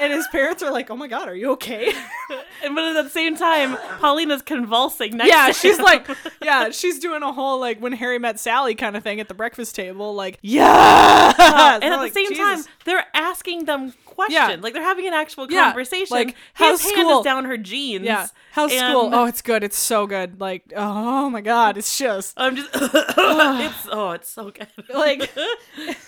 Speaker 3: And his parents are like, "Oh my god, are you okay?"
Speaker 2: And but at the same time, Paulina's convulsing next
Speaker 3: yeah,
Speaker 2: to
Speaker 3: she's
Speaker 2: him.
Speaker 3: like, yeah, she's doing a whole like when Harry met Sally kind of thing at the breakfast table, like yeah.
Speaker 2: and at the same time, they're asking them questions.
Speaker 3: Yeah.
Speaker 2: Like they're having an actual
Speaker 3: Yeah,
Speaker 2: conversation.
Speaker 3: like,
Speaker 2: His
Speaker 3: how's
Speaker 2: hand
Speaker 3: school?
Speaker 2: is down her jeans.
Speaker 3: yeah, how's
Speaker 2: and
Speaker 3: school? Oh, it's good. It's so good. Like, oh my god, it's just
Speaker 2: I'm just. it's oh, it's so good.
Speaker 3: Like-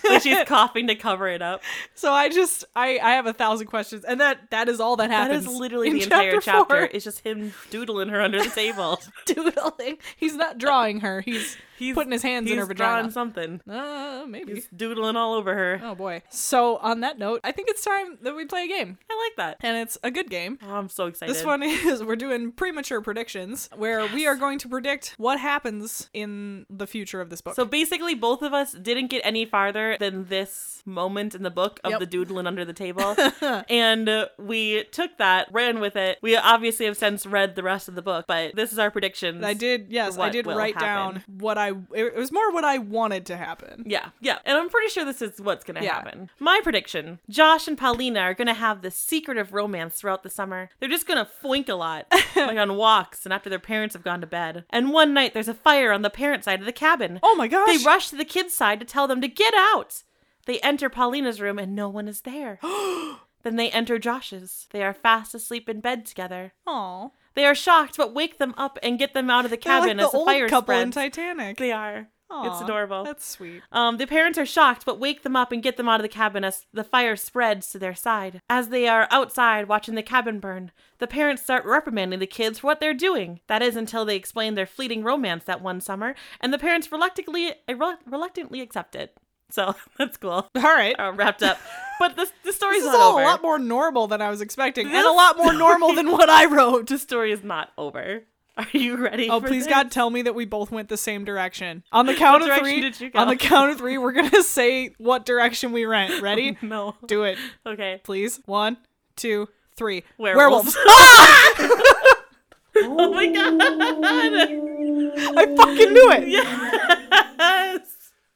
Speaker 2: Like she's coughing to cover it up.
Speaker 3: so. I just I I have a thousand questions, and that that is all that
Speaker 2: That
Speaker 3: happens.
Speaker 2: is literally
Speaker 3: in
Speaker 2: the entire chapter.
Speaker 3: four.
Speaker 2: It's just him doodling her under the table.
Speaker 3: doodling. He's not drawing her. He's
Speaker 2: He's
Speaker 3: putting his hands in her
Speaker 2: he's
Speaker 3: vagina.
Speaker 2: drawing something.
Speaker 3: Uh, maybe.
Speaker 2: He's doodling all over her.
Speaker 3: Oh boy. So on that note, I think it's time that we play a game,
Speaker 2: I like that.
Speaker 3: and it's a good game.
Speaker 2: Oh, I'm so excited.
Speaker 3: This one is we're doing premature predictions, where we are going to predict what happens in the future of this book.
Speaker 2: So basically, both of us didn't get any farther than this moment in the book of
Speaker 3: Yep.
Speaker 2: the doodling under the table. and uh, we took that, ran with it. We obviously have since read the rest of the book, but this is our predictions.
Speaker 3: I did, yes, I
Speaker 2: what
Speaker 3: did
Speaker 2: will
Speaker 3: write down
Speaker 2: happen.
Speaker 3: what I. It was more what I wanted to happen.
Speaker 2: Yeah, yeah. And I'm pretty sure this is what's going to
Speaker 3: Yeah.
Speaker 2: happen. My prediction Josh and Paulina are going to have this secretive romance throughout the summer. They're just going to foink a lot, like on walks and after their parents have gone to bed. And one night, there's a fire on the parent side of the cabin.
Speaker 3: Oh my gosh!
Speaker 2: They rush to the kids' side to tell them to get out. They enter Paulina's room and no one is there. then they enter Josh's. They are fast asleep in bed together.
Speaker 3: Aw.
Speaker 2: They are shocked, but wake them up and get them out of the
Speaker 3: They're
Speaker 2: cabin
Speaker 3: like
Speaker 2: as
Speaker 3: the
Speaker 2: the
Speaker 3: old
Speaker 2: fire
Speaker 3: couple
Speaker 2: spreads.
Speaker 3: in Titanic.
Speaker 2: they are. It's
Speaker 3: Aw,
Speaker 2: adorable.
Speaker 3: That's sweet.
Speaker 2: Um, the parents are shocked, but wake them up and get them out of the cabin as the fire spreads to their side. As they are outside watching the cabin burn, the parents start reprimanding the kids for what they're doing. That is until they explain their fleeting romance that one summer, and the parents reluctantly rel- reluctantly accept it. So that's cool.
Speaker 3: All right.
Speaker 2: Uh, wrapped up, but the the story's
Speaker 3: This is
Speaker 2: not
Speaker 3: all
Speaker 2: over.
Speaker 3: a lot more normal than I was expecting, and
Speaker 2: This
Speaker 3: a lot more normal than what I wrote.
Speaker 2: the story is not over. Are you ready?
Speaker 3: Oh,
Speaker 2: for
Speaker 3: please,
Speaker 2: this?
Speaker 3: God, tell me that we both went the same direction. On the count of
Speaker 2: direction
Speaker 3: three,
Speaker 2: did you go?
Speaker 3: on the count of three, we're gonna say what direction we went. Ready?
Speaker 2: No.
Speaker 3: Do it,
Speaker 2: Okay.
Speaker 3: please. One, two, three. Ah!
Speaker 2: Werewolves. Oh my God.
Speaker 3: I fucking knew it.
Speaker 2: Yes.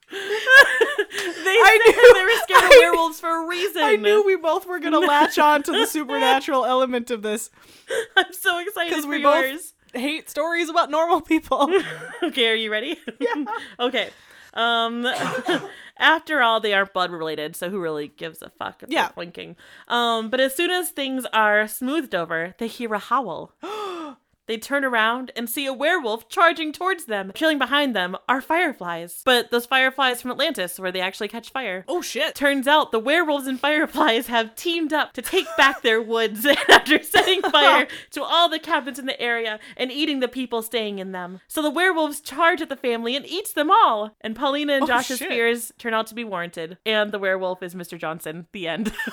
Speaker 2: they
Speaker 3: I
Speaker 2: said
Speaker 3: knew-
Speaker 2: they were scared of
Speaker 3: I-
Speaker 2: werewolves for a reason.
Speaker 3: I knew we both were gonna latch on to the supernatural element of this.
Speaker 2: I'm so excited
Speaker 3: 'Cause
Speaker 2: for
Speaker 3: we both-
Speaker 2: yours.
Speaker 3: Hate stories about normal people.
Speaker 2: Okay, are you ready? Yeah. okay. Um, after all, they aren't blood related, so who really gives a fuck? if they're
Speaker 3: Yeah.
Speaker 2: winking. Um, but as soon as things are smoothed over, they hear a howl. They turn around and see a werewolf charging towards them. Trailing behind them are fireflies, but those fireflies from Atlantis, where they actually catch fire.
Speaker 3: Oh shit.
Speaker 2: Turns out the werewolves and fireflies have teamed up to take back their woods and after setting fire to all the cabins in the area and eating the people staying in them. So the werewolves charge at the family and eats them all. And Paulina and
Speaker 3: Oh,
Speaker 2: Josh's
Speaker 3: shit.
Speaker 2: fears turn out to be warranted. And the werewolf is Mr. Johnson. The end.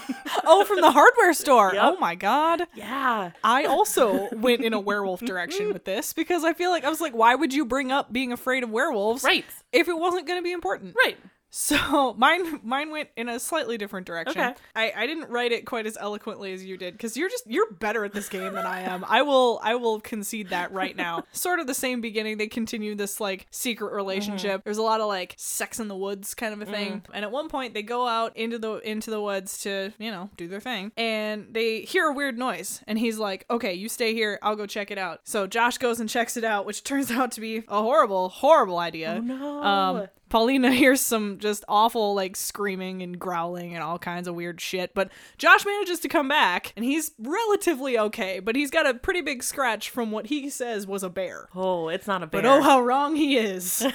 Speaker 3: Oh, from the hardware store.
Speaker 2: Yep.
Speaker 3: Oh my god.
Speaker 2: yeah.
Speaker 3: I also went in a werewolf direction with this because I feel like I was like, why would you bring up being afraid of werewolves
Speaker 2: Right.
Speaker 3: if it wasn't going to be important?
Speaker 2: Right.
Speaker 3: So mine mine went in a slightly different direction.
Speaker 2: Okay.
Speaker 3: I, I didn't write it quite as eloquently as you did because you're just you're better at this game than I am. I will I will concede that right now. sort of the same beginning. They continue this like
Speaker 2: Mm-hmm.
Speaker 3: secret relationship. There's a lot of like sex in the woods kind of a
Speaker 2: Mm.
Speaker 3: thing. And at one point they go out into the into the woods to you know do their thing and they hear a weird noise and he's like okay you stay here I'll go check it out. So Josh goes and checks it out which turns out to be a horrible horrible idea.
Speaker 2: Oh, no.
Speaker 3: Um, Paulina hears some just awful like screaming and growling and all kinds of weird shit, but Josh manages to come back and he's relatively okay, but he's got a pretty big scratch from what he says was a bear.
Speaker 2: Oh, it's not a bear.
Speaker 3: But oh, how wrong he is.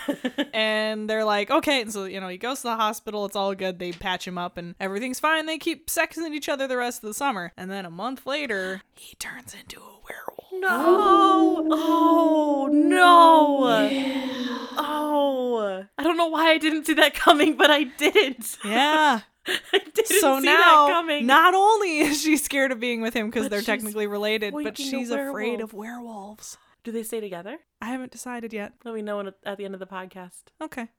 Speaker 3: and they're like, okay. And so, you know, he goes to the hospital. It's all good. They patch him up and everything's fine. They keep sexing each other the rest of the summer. And then a month later, he turns into a werewolf.
Speaker 2: No. Oh, no. Oh. I don't know why I didn't see that coming, but I didn't.
Speaker 3: Yeah.
Speaker 2: I didn't
Speaker 3: so
Speaker 2: see
Speaker 3: now,
Speaker 2: that coming.
Speaker 3: not only is she scared of being with him because
Speaker 2: But
Speaker 3: they're
Speaker 2: she's
Speaker 3: technically related, but
Speaker 2: waking a
Speaker 3: she's afraid
Speaker 2: werewolf.
Speaker 3: of werewolves.
Speaker 2: Do they stay together?
Speaker 3: I haven't decided yet.
Speaker 2: Let me know in- at the end of the podcast.
Speaker 3: Okay,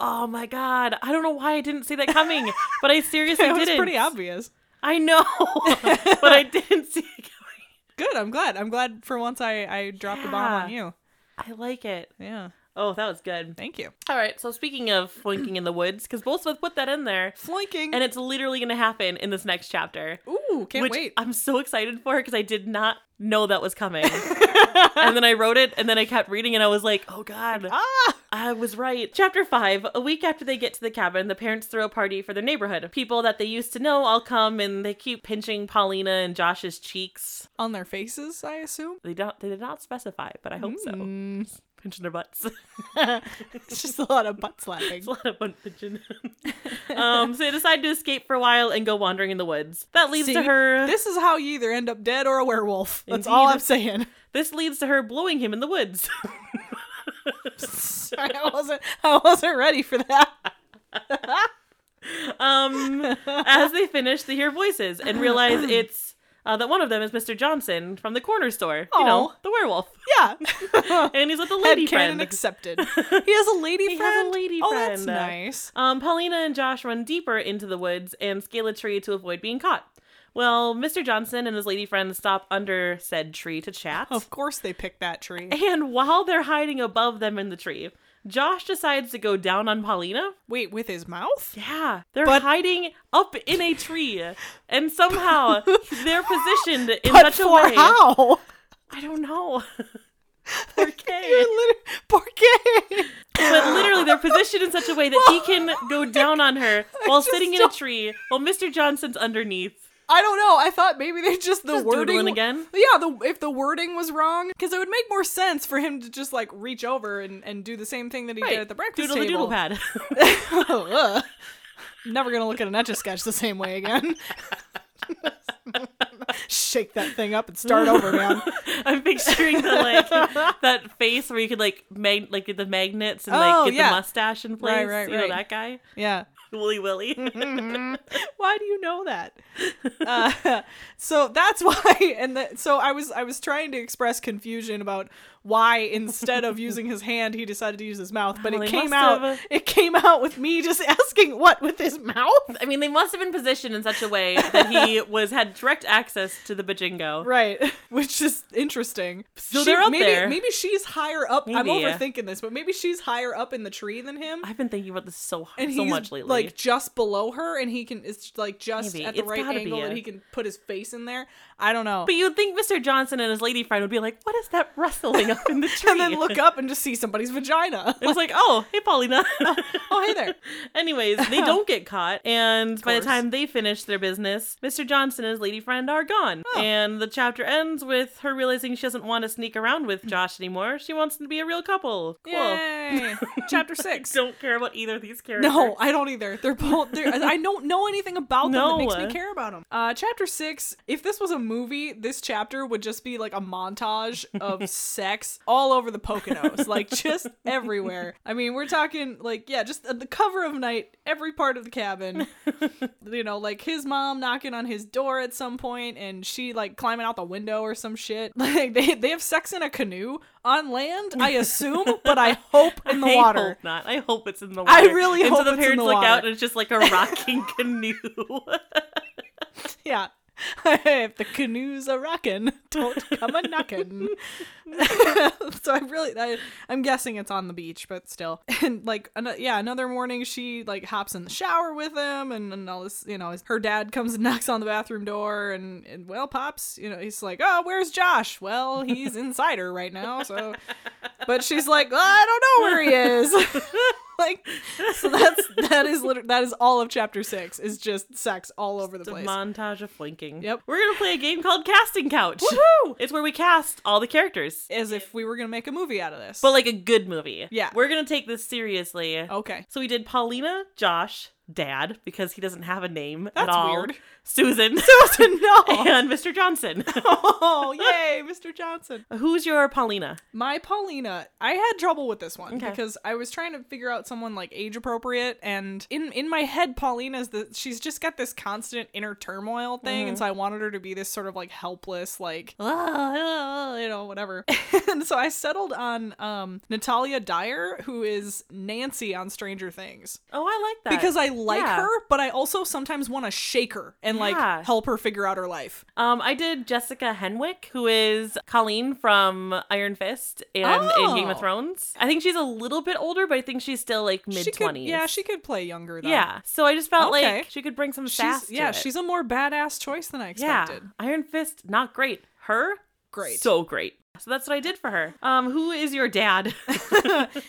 Speaker 2: Oh my god! I don't know why I didn't see that coming, but I seriously
Speaker 3: it was
Speaker 2: didn't.
Speaker 3: pretty obvious.
Speaker 2: I know, but I didn't see it
Speaker 3: Good. I'm glad. I'm glad for once I I dropped the bomb on
Speaker 2: Yeah.
Speaker 3: you.
Speaker 2: coming. I like it.
Speaker 3: Yeah.
Speaker 2: Oh, that was good.
Speaker 3: Thank you.
Speaker 2: All right. So speaking of flinking in the woods, because Bolsmith put that in there,
Speaker 3: Flanking.
Speaker 2: and it's literally going to happen in this next chapter.
Speaker 3: Ooh, can't
Speaker 2: which
Speaker 3: wait.
Speaker 2: I'm so excited for because I did not know that was coming. and then I wrote it and then I kept reading and I was like, oh God,
Speaker 3: ah.
Speaker 2: I was right. Chapter 5 A week after they get to the cabin, the parents throw a party for their neighborhood. People that they used to know all come and they keep pinching Paulina and Josh's cheeks.
Speaker 3: On their faces, I assume.
Speaker 2: They don't they did not specify, but I hope so.
Speaker 3: Mm,
Speaker 2: Pinching their butts.
Speaker 3: it's just a lot of butt slapping.
Speaker 2: It's a lot of butt pinching. um, so they decide to escape for a while and go wandering in the woods. That leads to
Speaker 3: See,
Speaker 2: her
Speaker 3: This is how you either end up dead or a werewolf. That's all
Speaker 2: Indeed.
Speaker 3: I'm saying.
Speaker 2: this leads to her blowing him in the woods.
Speaker 3: I wasn't. I wasn't ready for that.
Speaker 2: Um, as they finish, they hear voices and realize it's uh, that one of them is Mr. Johnson from the corner store. You know,
Speaker 3: Aw.
Speaker 2: the werewolf,
Speaker 3: Yeah.
Speaker 2: and he's with a
Speaker 3: Head
Speaker 2: lady
Speaker 3: canon
Speaker 2: friend.
Speaker 3: accepted. He has a lady
Speaker 2: He has a
Speaker 3: friend.
Speaker 2: lady
Speaker 3: oh, that's
Speaker 2: friend.
Speaker 3: nice.
Speaker 2: um, Paulina and Josh run deeper into the woods and scale a tree to avoid being caught. Well, Mr. Johnson and his lady friend stop under said tree to chat.
Speaker 3: Of course, they picked that tree.
Speaker 2: And while they're hiding above them in the tree, Josh decides to go down on Paulina.
Speaker 3: Wait, with his mouth?
Speaker 2: Yeah, they're
Speaker 3: But-
Speaker 2: hiding up in a tree, and somehow they're positioned in
Speaker 3: But
Speaker 2: such a
Speaker 3: for
Speaker 2: way.
Speaker 3: how?
Speaker 2: I don't know.
Speaker 3: You're
Speaker 2: Parquet.
Speaker 3: literally- Parquet.
Speaker 2: but literally, they're positioned in such a way that he can go down on her while
Speaker 3: just
Speaker 2: sitting in a
Speaker 3: don't-
Speaker 2: tree while Mr. Johnson's underneath.
Speaker 3: I don't know. I thought maybe they just the
Speaker 2: Just
Speaker 3: wording
Speaker 2: doodling again.
Speaker 3: Yeah, the if the wording was wrong, because it would make more sense for him to just like reach over and, and do the same thing that he did at the breakfast
Speaker 2: doodle the
Speaker 3: table. Oh,
Speaker 2: doodle pad.
Speaker 3: Ugh. Never gonna look at an etch a sketch the same way again. Shake that thing up and start over, man.
Speaker 2: I'm picturing the like that face where you could like mag- like get the magnets and like
Speaker 3: Oh,
Speaker 2: get
Speaker 3: yeah.
Speaker 2: the mustache in place.
Speaker 3: right,
Speaker 2: you know
Speaker 3: right. Mm-hmm.
Speaker 2: that guy,
Speaker 3: Yeah.
Speaker 2: Wooly Willy.
Speaker 3: why do you know that uh, so that's why and the, so i was i was trying to express confusion about why instead of using his hand he decided to use his mouth but
Speaker 2: Well,
Speaker 3: it
Speaker 2: he
Speaker 3: came
Speaker 2: must
Speaker 3: out
Speaker 2: have, uh,
Speaker 3: it came out with me just asking what with his mouth
Speaker 2: I mean, they must have been positioned in such a way that he was had direct access to the bajingo.
Speaker 3: right which is interesting so
Speaker 2: they're up
Speaker 3: maybe,
Speaker 2: there.
Speaker 3: maybe she's higher up i'm
Speaker 2: Maybe.
Speaker 3: overthinking this but maybe she's higher up in the tree than him
Speaker 2: I've been thinking about this so hard,
Speaker 3: and
Speaker 2: so
Speaker 3: he's
Speaker 2: much lately.
Speaker 3: like just below her, and he can. It's like just
Speaker 2: Maybe.
Speaker 3: at the
Speaker 2: It's
Speaker 3: right
Speaker 2: gotta be
Speaker 3: angle
Speaker 2: a-
Speaker 3: that he can put his face in there. I don't know.
Speaker 2: But you'd think Mr. Johnson and his lady friend would be like, "What is that rustling up up in the tree.
Speaker 3: and then look up and just see somebody's vagina.
Speaker 2: It was like, oh, hey, Paulina.
Speaker 3: oh, hey there.
Speaker 2: Anyways, they don't get caught, and by the
Speaker 3: course.
Speaker 2: time they finish their business, Mr. Johnson and his lady friend are gone.
Speaker 3: Oh.
Speaker 2: And the chapter ends with her realizing she doesn't want to sneak around with Josh anymore. She wants to be a real couple. Cool.
Speaker 3: Yay. Chapter six.
Speaker 2: Don't care about either of these characters.
Speaker 3: No, I don't either. They're both. They're, I don't know anything about them that makes
Speaker 2: No.
Speaker 3: me care about them. Uh, chapter six. If this was a movie, this chapter would just be like a montage of sex all over the Poconos, like just everywhere. I mean, we're talking like yeah, just uh, the cover of night, every part of the cabin. you know, like his mom knocking on his door at some point, and she like climbing out the window or some shit. Like they they have sex in a canoe on land, I assume, but I hope in the
Speaker 2: I
Speaker 3: water.
Speaker 2: hope not. I hope it's in the water.
Speaker 3: I really
Speaker 2: and
Speaker 3: hope
Speaker 2: so the
Speaker 3: it's in
Speaker 2: parents
Speaker 3: the
Speaker 2: look out
Speaker 3: water.
Speaker 2: and it's just like a rocking canoe.
Speaker 3: Yeah. if the canoes are rockin', don't come a knockin'. so I really, I, I'm guessing it's on the beach, but still. And like, an- yeah, another morning she like hops in the shower with him, and, and all this, you know, her dad comes and knocks on the bathroom door, and, and well, pops, you know, he's like, oh, where's Josh? Well, he's inside her right now, so. But she's like, well, I don't know where he is. like, so that's that is liter- that is all of chapter six is just sex all over the
Speaker 2: It's a
Speaker 3: place.
Speaker 2: montage of flanking.
Speaker 3: Yep.
Speaker 2: We're gonna play a game called Casting Couch.
Speaker 3: Woohoo!
Speaker 2: It's where we cast all the characters.
Speaker 3: as if we were gonna make a movie out of this.
Speaker 2: but like a good movie.
Speaker 3: Yeah. Oh.
Speaker 2: We're going to take this seriously.
Speaker 3: okay,
Speaker 2: So we did Paulina, Josh, Dad, because he doesn't have a name at
Speaker 3: That's
Speaker 2: all.
Speaker 3: weird.
Speaker 2: Susan.
Speaker 3: no.
Speaker 2: and Mr. Johnson.
Speaker 3: oh, yay, Mr. Johnson.
Speaker 2: Who's your Paulina?
Speaker 3: My Paulina, I had trouble with this one
Speaker 2: Okay.
Speaker 3: because I was trying to figure out someone like age appropriate, and in in my head, Paulina's the she's just got this constant inner turmoil thing,
Speaker 2: Mm-hmm.
Speaker 3: and so I wanted her to be this sort of like helpless, like "Ah, ah," you know, whatever. and so I settled on um Natalia Dyer, who is Nancy on Stranger Things.
Speaker 2: Oh, I like that.
Speaker 3: because I like
Speaker 2: yeah.
Speaker 3: her, but I also sometimes want to shake her
Speaker 2: Yeah.
Speaker 3: and like help her figure out her life.
Speaker 2: Um, I did Jessica Henwick, who is Colleen from Iron Fist and in Game of
Speaker 3: Oh.
Speaker 2: Thrones. I think she's a little bit older, but I think she's still like
Speaker 3: She
Speaker 2: mid
Speaker 3: could-
Speaker 2: twenties.
Speaker 3: Yeah, she could play younger though.
Speaker 2: Yeah. So I just felt
Speaker 3: Okay.
Speaker 2: like she could bring some sass.
Speaker 3: She's,
Speaker 2: to
Speaker 3: yeah,
Speaker 2: it.
Speaker 3: she's a more badass choice than I expected.
Speaker 2: Yeah. Iron Fist, not great. Her,
Speaker 3: Great.
Speaker 2: so great. So that's what I did for her. Um, who is your dad?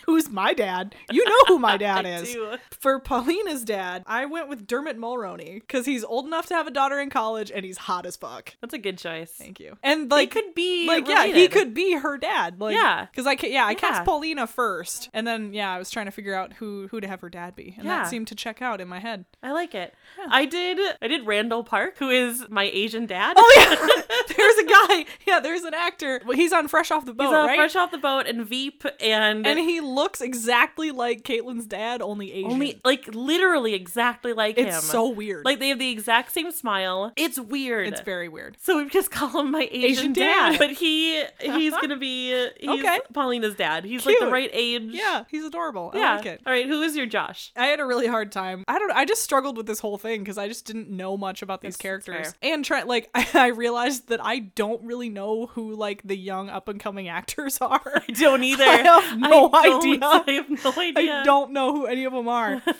Speaker 3: Who's my dad? You know who my dad
Speaker 2: I
Speaker 3: is.
Speaker 2: do.
Speaker 3: For Paulina's dad, I went with Dermot Mulroney because he's old enough to have a daughter in college and he's hot as fuck.
Speaker 2: That's a good choice.
Speaker 3: Thank you. And
Speaker 2: They
Speaker 3: like,
Speaker 2: could be
Speaker 3: like yeah, he
Speaker 2: related.
Speaker 3: could be her dad. Like,
Speaker 2: Yeah.
Speaker 3: because I ca- yeah, I
Speaker 2: Yeah.
Speaker 3: cast Paulina first, and then yeah, I was trying to figure out who who to have her dad be, and
Speaker 2: Yeah.
Speaker 3: that seemed to check out in my head.
Speaker 2: I like it. I did. I did Randall Park, who is my Asian dad.
Speaker 3: Oh yeah, there's a guy. Yeah, there's an actor. Well, he's on Fresh Off the Boat,
Speaker 2: He's uh,
Speaker 3: right?
Speaker 2: fresh off the boat and Veep and,
Speaker 3: and he looks exactly like Caitlin's dad, only Asian.
Speaker 2: only like literally exactly like him.
Speaker 3: it's so weird.
Speaker 2: like they have the exact same smile. It's weird.
Speaker 3: it's very weird.
Speaker 2: So we just call him my Asian,
Speaker 3: Asian
Speaker 2: dad.
Speaker 3: dad.
Speaker 2: But he he's gonna be he's
Speaker 3: Okay.
Speaker 2: Paulina's dad. He's like the
Speaker 3: Cute.
Speaker 2: right age.
Speaker 3: Yeah, he's adorable.
Speaker 2: Mm. Yeah.
Speaker 3: I like it.
Speaker 2: All right, who is your Josh?
Speaker 3: I had a really hard time. I don't. I just struggled with this whole thing because I just didn't know much about these
Speaker 2: That's- that's
Speaker 3: characters. And try like I, realized that I don't really know who like the young up and coming actors are.
Speaker 2: I don't either.
Speaker 3: I have no
Speaker 2: I don't-
Speaker 3: idea.
Speaker 2: I have no idea.
Speaker 3: I don't know who any of them are.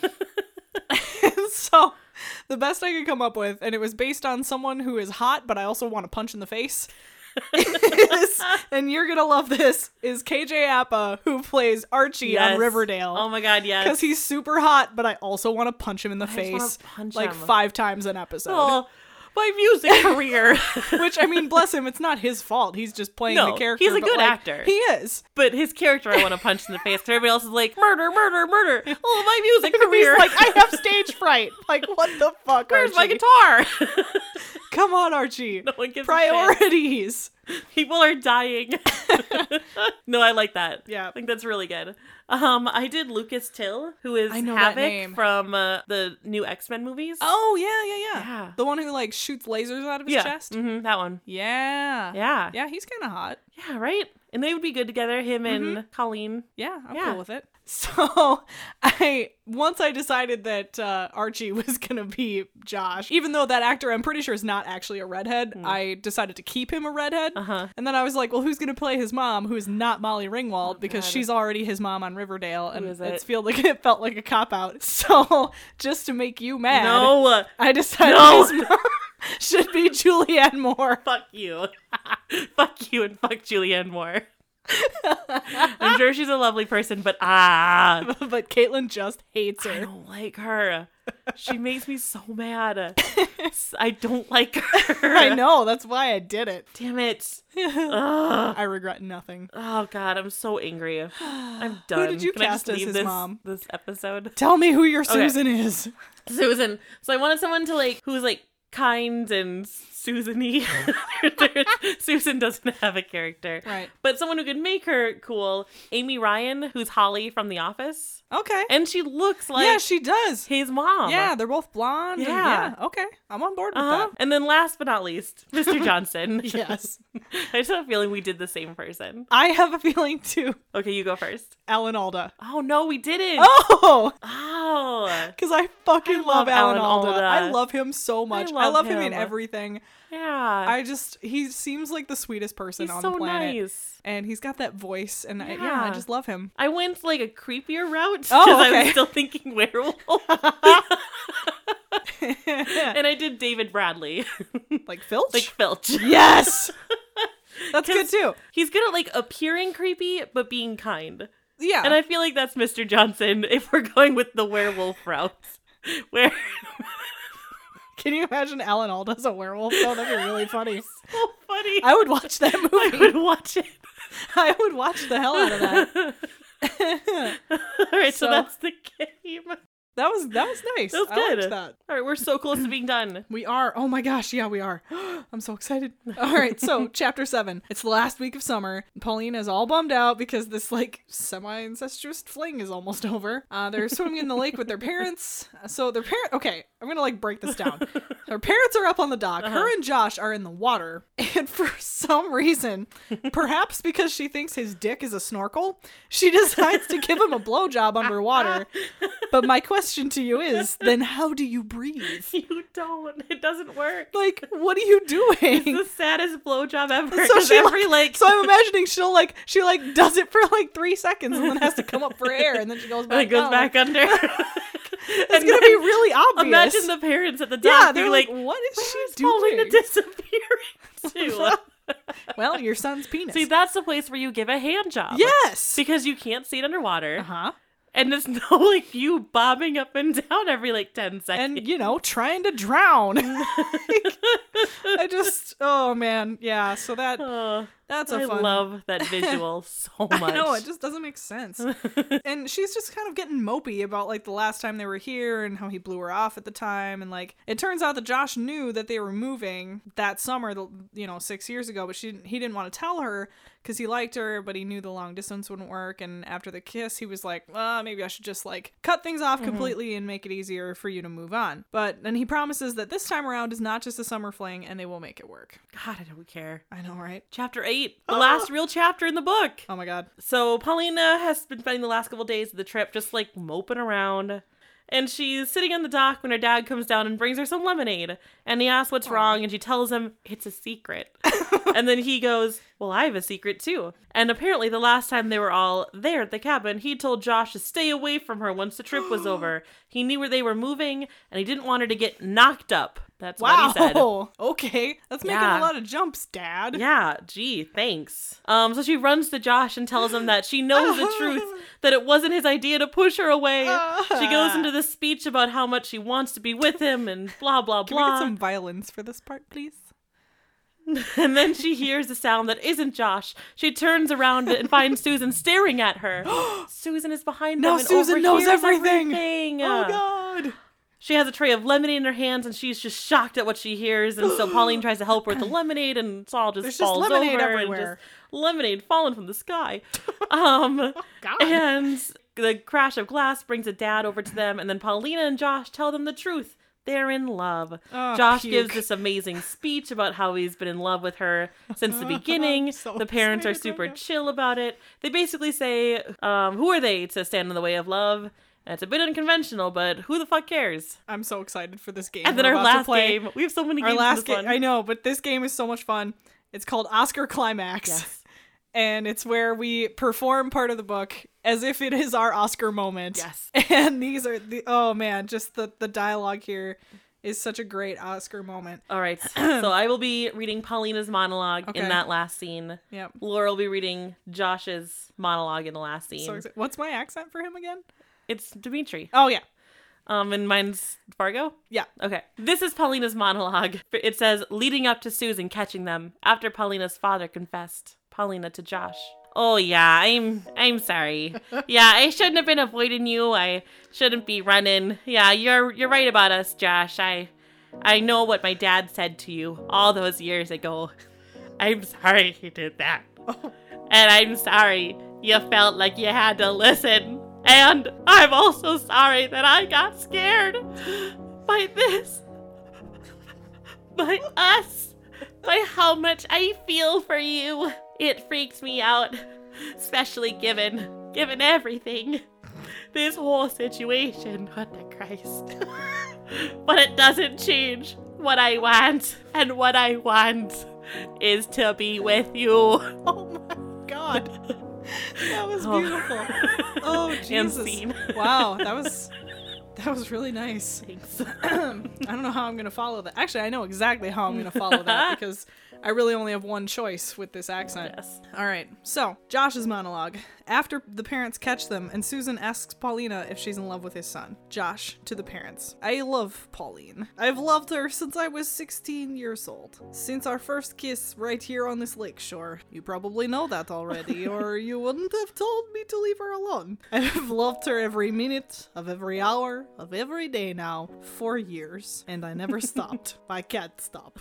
Speaker 3: And so the best I could come up with, and it was based on someone who is hot, but I also want to punch in the face. is, and you're gonna love this is KJ Appa who plays Archie
Speaker 2: Yes.
Speaker 3: on Riverdale.
Speaker 2: Oh my god, yes.
Speaker 3: because he's super hot, but I also want to punch him in the
Speaker 2: just wanna
Speaker 3: face
Speaker 2: punch
Speaker 3: like
Speaker 2: him.
Speaker 3: five times an episode.
Speaker 2: Oh, my music career.
Speaker 3: Which I mean, bless him, it's not his fault. He's just playing
Speaker 2: No,
Speaker 3: the character.
Speaker 2: he's a
Speaker 3: but,
Speaker 2: good
Speaker 3: like,
Speaker 2: actor.
Speaker 3: He is.
Speaker 2: but his character I want to punch in the face. 'cause Everybody else is like, murder, murder, murder. Oh, my music career.
Speaker 3: He's like, I have stage fright. Like, what the fuck?
Speaker 2: Where's my
Speaker 3: Archie?
Speaker 2: guitar?
Speaker 3: Come on, Archie.
Speaker 2: no one gives a shit.
Speaker 3: Priorities.
Speaker 2: People are dying. no, I like that.
Speaker 3: Yeah.
Speaker 2: I think that's really good. Um, I did Lucas Till, who is
Speaker 3: I know that
Speaker 2: Havoc
Speaker 3: name.
Speaker 2: from uh, the new X Men movies.
Speaker 3: Oh yeah, yeah, yeah,
Speaker 2: Yeah.
Speaker 3: The one who like shoots lasers out of his
Speaker 2: yeah,
Speaker 3: chest.
Speaker 2: hmm that one. Yeah.
Speaker 3: Yeah.
Speaker 2: yeah,
Speaker 3: Yeah, he's kind of hot.
Speaker 2: right. And they would be good together, him
Speaker 3: Mm-hmm.
Speaker 2: and Colleen.
Speaker 3: Yeah, I'm
Speaker 2: Yeah.
Speaker 3: cool with it. So I once I decided that uh, Archie was gonna be Josh, even though that actor I'm pretty sure is not actually a redhead. I decided to keep him a redhead,
Speaker 2: Uh-huh.
Speaker 3: and then I was like, well, who's gonna play his mom? Who is not Molly Ringwald because
Speaker 2: God.
Speaker 3: she's already his mom on Riverdale, and
Speaker 2: is
Speaker 3: it's
Speaker 2: it?
Speaker 3: feel like it felt like a cop out. So just to make you mad,
Speaker 2: No, uh,
Speaker 3: I decided
Speaker 2: No.
Speaker 3: his mom should be Julianne Moore.
Speaker 2: fuck you, fuck you, and fuck Julianne Moore. I'm sure she's a lovely person, but ah,
Speaker 3: but Caitlin just hates
Speaker 2: I
Speaker 3: her.
Speaker 2: don't like her. She makes me so mad. S- I don't like her.
Speaker 3: I know. That's why I did it.
Speaker 2: Damn it.
Speaker 3: I regret nothing.
Speaker 2: Oh God, I'm so angry. I'm done.
Speaker 3: did you
Speaker 2: Can I just
Speaker 3: cast as
Speaker 2: leave
Speaker 3: his
Speaker 2: this,
Speaker 3: mom?
Speaker 2: This episode,
Speaker 3: Tell me who your Susan is.
Speaker 2: Susan. So I wanted someone to like who's like kind and Susany. Susan doesn't have a character,
Speaker 3: Right.
Speaker 2: But someone who could make her cool. Amy Ryan, who's Holly from The Office,
Speaker 3: Okay.
Speaker 2: and she looks like
Speaker 3: yeah, she does.
Speaker 2: his mom.
Speaker 3: Yeah, they're both blonde. and-
Speaker 2: Yeah.
Speaker 3: yeah. Okay. I'm on board with
Speaker 2: Uh-huh. And then last but not least, Mr. Johnson.
Speaker 3: that. Yes.
Speaker 2: I just have a feeling we did the same person.
Speaker 3: I have a feeling too.
Speaker 2: Okay, you go first.
Speaker 3: Alan Alda.
Speaker 2: Oh no, we didn't.
Speaker 3: Oh,
Speaker 2: Oh.
Speaker 3: because I fucking
Speaker 2: I
Speaker 3: love,
Speaker 2: love
Speaker 3: Alan,
Speaker 2: Alan
Speaker 3: Alda.
Speaker 2: Alda.
Speaker 3: I love him so much. I love,
Speaker 2: love
Speaker 3: him. in
Speaker 2: him.
Speaker 3: everything.
Speaker 2: Yeah.
Speaker 3: I just he seems like the sweetest person
Speaker 2: He's
Speaker 3: on
Speaker 2: so
Speaker 3: the planet,
Speaker 2: nice.
Speaker 3: and he's got that voice, and I, yeah, I
Speaker 2: Yeah.
Speaker 3: just love him.
Speaker 2: I went like a creepier route because
Speaker 3: Oh,
Speaker 2: I
Speaker 3: okay.
Speaker 2: was still thinking werewolf, and I did David Bradley,
Speaker 3: like Filch.
Speaker 2: like Filch.
Speaker 3: yes, that's good
Speaker 2: 'Cause-
Speaker 3: too.
Speaker 2: He's good at like appearing creepy but being kind,
Speaker 3: Yeah,
Speaker 2: and I feel like that's Mr. Johnson if we're going with the werewolf route, where
Speaker 3: can you imagine Alan Alda as a werewolf? though? that'd be really funny.
Speaker 2: so funny.
Speaker 3: I would watch that
Speaker 2: I
Speaker 3: movie.
Speaker 2: would watch it.
Speaker 3: I would watch the hell out of that.
Speaker 2: All right, so,
Speaker 3: So-
Speaker 2: that's the game.
Speaker 3: That was that was nice.
Speaker 2: That was
Speaker 3: I liked
Speaker 2: good.
Speaker 3: that.
Speaker 2: All right, we're so close to being done.
Speaker 3: We are. Oh my gosh, yeah, we are. I'm so excited. All right, so chapter seven. It's the last week of summer. Pauline is all bummed out because this like semi-incestuous fling is almost over. Uh, they're swimming in the lake with their parents. So their parent. Okay, I'm gonna like break this down. Their parents are up on the dock. Her and Josh are in the water, and for some reason, perhaps because she thinks his dick is a snorkel, she decides to give him a blowjob underwater. But my question to you is, then how do you breathe?
Speaker 2: You don't. It doesn't work.
Speaker 3: Like, what are you doing?
Speaker 2: the saddest blowjob ever.
Speaker 3: So
Speaker 2: So
Speaker 3: she
Speaker 2: every like,
Speaker 3: So I'm imagining she'll like she like does it for like three seconds and then has to come up for air and then she goes back.
Speaker 2: it goes
Speaker 3: down.
Speaker 2: back under. it's
Speaker 3: oh. It's gonna be really obvious.
Speaker 2: Imagine the parents at the dock.
Speaker 3: yeah.
Speaker 2: they're,
Speaker 3: They're
Speaker 2: like,
Speaker 3: like, what is she
Speaker 2: falling to
Speaker 3: doing?
Speaker 2: disappearing too.
Speaker 3: well, your son's penis.
Speaker 2: see, that's the place where you give a hand job.
Speaker 3: yes. Uh-huh.
Speaker 2: Because you can't see uh-huh. it underwater,
Speaker 3: huh.
Speaker 2: and there's no like you bobbing up and down every like ten seconds.
Speaker 3: And you know, trying to drown. Like, I just, oh man, yeah. So that
Speaker 2: Oh,
Speaker 3: that's a
Speaker 2: I
Speaker 3: fun.
Speaker 2: love that visual so much.
Speaker 3: I know it just doesn't make sense. and she's just kind of getting mopey about like the last time they were here and how he blew her off at the time and like it turns out that Josh knew that they were moving that summer, the- you know, 6 years ago, but she didn't, he didn't want to tell her cuz he liked her, but he knew the long distance wouldn't work and after the kiss he was like, "Ah, maybe I should just like cut things off completely and make it easier for you to move on." But then he promises that this time around is not just a summer fling and they will make it work.
Speaker 2: God, I don't care.
Speaker 3: I know, right?
Speaker 2: Chapter eight, the last real chapter in the book.
Speaker 3: Oh my god.
Speaker 2: So Paulina has been spending the last couple days of the trip just like moping around. And she's sitting on the dock when her dad comes down and brings her some lemonade. And he asks what's wrong, and she tells him it's a secret. and then he goes, Well, I have a secret too. And apparently, the last time they were all there at the cabin, he told Josh to stay away from her once the trip was over. He knew where they were moving, and he didn't want her to get knocked up. That's
Speaker 3: Wow.
Speaker 2: what he said.
Speaker 3: Okay. That's making
Speaker 2: Yeah.
Speaker 3: a lot of jumps, dad.
Speaker 2: Yeah, gee, thanks. Um, so she runs to Josh and tells him that she knows the truth, that it wasn't his idea to push her away. She
Speaker 3: Ah.
Speaker 2: goes into this speech about how much she wants to be with him and blah blah
Speaker 3: Can we get
Speaker 2: blah.
Speaker 3: some violins for this part, please?
Speaker 2: And then she hears a sound that isn't Josh. She turns around and finds Susan staring at her. Susan is behind
Speaker 3: Now
Speaker 2: them. and
Speaker 3: Susan knows
Speaker 2: overhears
Speaker 3: everything.
Speaker 2: everything.
Speaker 3: Oh God!
Speaker 2: She has a tray of lemonade in her hands and she's just shocked at what she hears. And so Pauline tries to help her with the lemonade and it's all just
Speaker 3: There's just
Speaker 2: falls
Speaker 3: lemonade
Speaker 2: over
Speaker 3: everywhere.
Speaker 2: and just lemonade falling from the sky. Um,
Speaker 3: God.
Speaker 2: and the crash of glass brings a dad over to them. And then Paulina and Josh tell them the truth. They're in love.
Speaker 3: Oh,
Speaker 2: Josh
Speaker 3: puke.
Speaker 2: gives this amazing speech about how he's been in love with her since the beginning.
Speaker 3: so
Speaker 2: the parents are
Speaker 3: excited right
Speaker 2: super
Speaker 3: now.
Speaker 2: chill about it. They basically say, um, Who are they to stand in the way of love? And it's a bit unconventional, but who the fuck cares?
Speaker 3: I'm so excited for this game.
Speaker 2: And then
Speaker 3: we're
Speaker 2: our
Speaker 3: about to
Speaker 2: last
Speaker 3: play.
Speaker 2: game. We have so many
Speaker 3: Our
Speaker 2: games. in
Speaker 3: last
Speaker 2: this
Speaker 3: game.
Speaker 2: one.
Speaker 3: I know, but this game is so much fun. It's called Oscar Climax,
Speaker 2: Yes.
Speaker 3: and it's where we perform part of the book as if it is our Oscar moment.
Speaker 2: Yes.
Speaker 3: And these are the oh man, just the the dialogue here is such a great Oscar moment.
Speaker 2: All right. so I will be reading Paulina's monologue
Speaker 3: Okay.
Speaker 2: in that last scene.
Speaker 3: Yep.
Speaker 2: Laura will be reading Josh's monologue in the last scene.
Speaker 3: So exci- what's my accent for him again?
Speaker 2: it's Dimitri.
Speaker 3: Oh yeah.
Speaker 2: Um, and mine's Fargo.
Speaker 3: Yeah.
Speaker 2: Okay. This is Paulina's monologue. It says, leading up to Susan catching them after Paulina's father confessed Paulina to Josh. Oh yeah, I'm I'm sorry. Yeah, I shouldn't have been avoiding you. I shouldn't be running. Yeah, you're you're right about us, Josh. I I know what my dad said to you all those years ago. I'm sorry he did that. And I'm sorry you felt like you had to listen. And I'm also sorry that I got scared by this, by us, by how much I feel for you. It freaks me out, especially given, given everything, this whole situation. What the Christ. but it doesn't change what I want, and what I want is to be with you.
Speaker 3: Oh my god. That was
Speaker 2: Oh.
Speaker 3: beautiful. Oh
Speaker 2: And
Speaker 3: Jesus.
Speaker 2: scene.
Speaker 3: Wow, that was that was really nice.
Speaker 2: Thanks.
Speaker 3: I don't know how I'm going to follow that. Actually, I know exactly how I'm going to follow that because I really only have one choice with this accent.
Speaker 2: Yes.
Speaker 3: All right. So, Josh's monologue. After the parents catch them, and Susan asks Paulina if she's in love with his son. Josh to the parents. I love Pauline. I've loved her since I was 16 years old. Since our first kiss right here on this lake shore. You probably know that already, or you wouldn't have told me to leave her alone. I've loved her every minute of every hour of every day now for years, and I never stopped. I can't stop.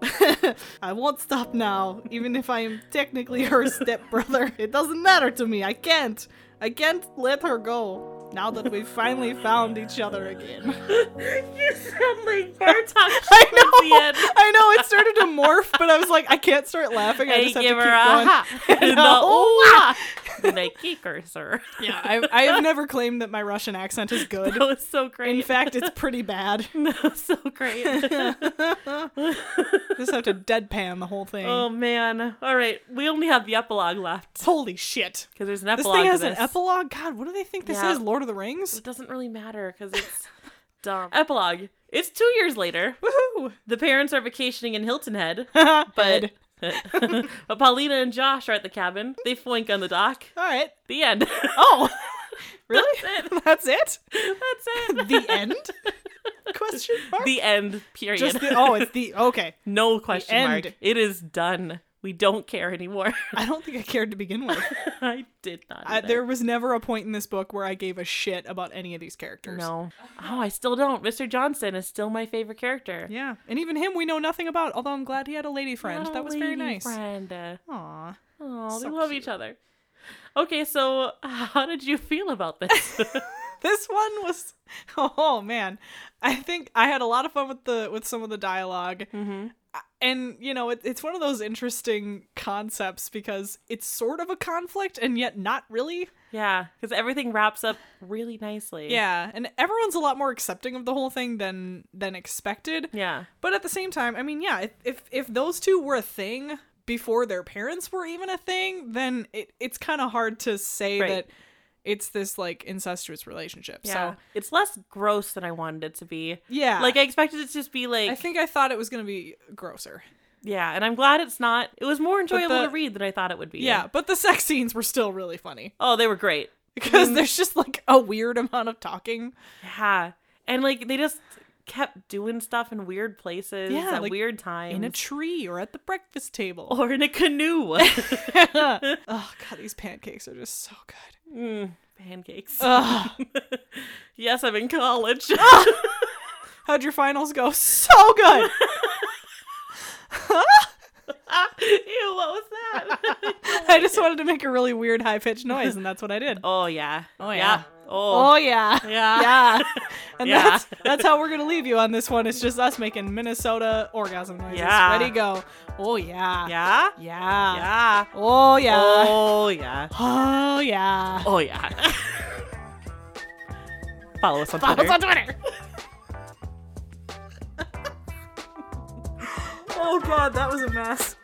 Speaker 3: I won't stop now, even if I am technically her stepbrother. It doesn't matter to me. I can't. I can't let her go. Now that we've finally found each other again.
Speaker 2: You sound like Bartok
Speaker 3: I know.
Speaker 2: Schwarzenegger.
Speaker 3: I know. It started to morph, but I was like, I can't start laughing. I
Speaker 2: They
Speaker 3: just have
Speaker 2: give
Speaker 3: to
Speaker 2: her
Speaker 3: keep
Speaker 2: a
Speaker 3: going.
Speaker 2: ha.
Speaker 3: I
Speaker 2: And the
Speaker 3: know.
Speaker 2: ooh-ah. And they kick her, sir.
Speaker 3: ah. Yeah, I, I have never claimed that my Russian accent is good.
Speaker 2: That was so great.
Speaker 3: In fact, it's pretty bad.
Speaker 2: that was so great.
Speaker 3: Just have to deadpan the whole thing.
Speaker 2: oh man. All right, we only have the epilogue left
Speaker 3: Holy shit.
Speaker 2: because there's an
Speaker 3: This
Speaker 2: epilogue.
Speaker 3: thing
Speaker 2: to
Speaker 3: has an
Speaker 2: this.
Speaker 3: epilogue? God, what do they think this
Speaker 2: Yeah.
Speaker 3: is? Lord of the Rings?
Speaker 2: It doesn't really matter because it's dumb. Epilogue. It's two years later.
Speaker 3: Woohoo!
Speaker 2: The parents are vacationing in Hilton Head,
Speaker 3: but
Speaker 2: but. but Paulina and Josh are at the cabin. They flank on the dock.
Speaker 3: all right.
Speaker 2: The end.
Speaker 3: Oh, really? That's it?
Speaker 2: That's it.
Speaker 3: The end? Question mark.
Speaker 2: The end. Period.
Speaker 3: Just the oh, it's the okay.
Speaker 2: no question mark.
Speaker 3: end.
Speaker 2: It is done. We don't care anymore.
Speaker 3: I don't think I cared to begin with.
Speaker 2: I did not.
Speaker 3: I,
Speaker 2: either.
Speaker 3: Uh, there was never a point in this book where I gave a shit about any of these characters.
Speaker 2: No. Oh, I still don't. Mr. Johnson is still my favorite character.
Speaker 3: Yeah, and even him we know nothing about. Although I'm glad he had a lady friend.
Speaker 2: Oh,
Speaker 3: that was very
Speaker 2: lady
Speaker 3: nice.
Speaker 2: Friend. Uh,
Speaker 3: Aw.
Speaker 2: Oh,
Speaker 3: So
Speaker 2: we love
Speaker 3: cute.
Speaker 2: each other. Okay, so how did you feel about this?
Speaker 3: this one was oh man i think i had a lot of fun with the with some of the dialog
Speaker 2: Mm-hmm.
Speaker 3: and you know it, it's one of those interesting concepts because it's sort of a conflict and yet not really
Speaker 2: yeah, because everything wraps up really nicely.
Speaker 3: yeah and everyone's a lot more accepting of the whole thing than than expected
Speaker 2: Yeah.
Speaker 3: but at the same time i mean yeah if if, if those two were a thing before their parents were even a thing then it, it's kind of hard to say
Speaker 2: Right.
Speaker 3: that it's this like incestuous relationship
Speaker 2: Yeah.
Speaker 3: so
Speaker 2: it's less gross than I wanted it to be.
Speaker 3: yeah
Speaker 2: Like I expected it to just be like
Speaker 3: I think I thought it was going to be grosser.
Speaker 2: Yeah, and I'm glad it's not. It was more enjoyable
Speaker 3: the-
Speaker 2: to read than I thought it would be.
Speaker 3: Yeah, but the sex scenes were still really funny
Speaker 2: Oh, they were great.
Speaker 3: because there's just like a weird amount of talking.
Speaker 2: Yeah. And like they just kept doing stuff in weird places
Speaker 3: Yeah,
Speaker 2: at
Speaker 3: like,
Speaker 2: weird times.
Speaker 3: In a tree or at the breakfast table.
Speaker 2: or in a canoe.
Speaker 3: oh god, these pancakes are just so good.
Speaker 2: Mm, pancakes.
Speaker 3: Ugh.
Speaker 2: yes, I'm in college. Ah!
Speaker 3: How'd your finals go? So good.
Speaker 2: Ew, what was that?
Speaker 3: I just wanted to make a really weird high pitched noise, and that's what I did.
Speaker 2: oh yeah. Oh
Speaker 3: yeah.
Speaker 2: Oh,
Speaker 3: Oh yeah.
Speaker 2: yeah.
Speaker 3: Yeah. And
Speaker 2: Yeah.
Speaker 3: that's that's how we're gonna leave you on this one. It's just us making Minnesota orgasm noises.
Speaker 2: Yeah.
Speaker 3: Ready go. Oh yeah.
Speaker 2: Yeah.
Speaker 3: Yeah.
Speaker 2: Yeah.
Speaker 3: Oh yeah.
Speaker 2: Oh yeah.
Speaker 3: Oh yeah.
Speaker 2: Oh yeah. Follow us on Twitter.
Speaker 3: Twitter. oh god, that was a mess.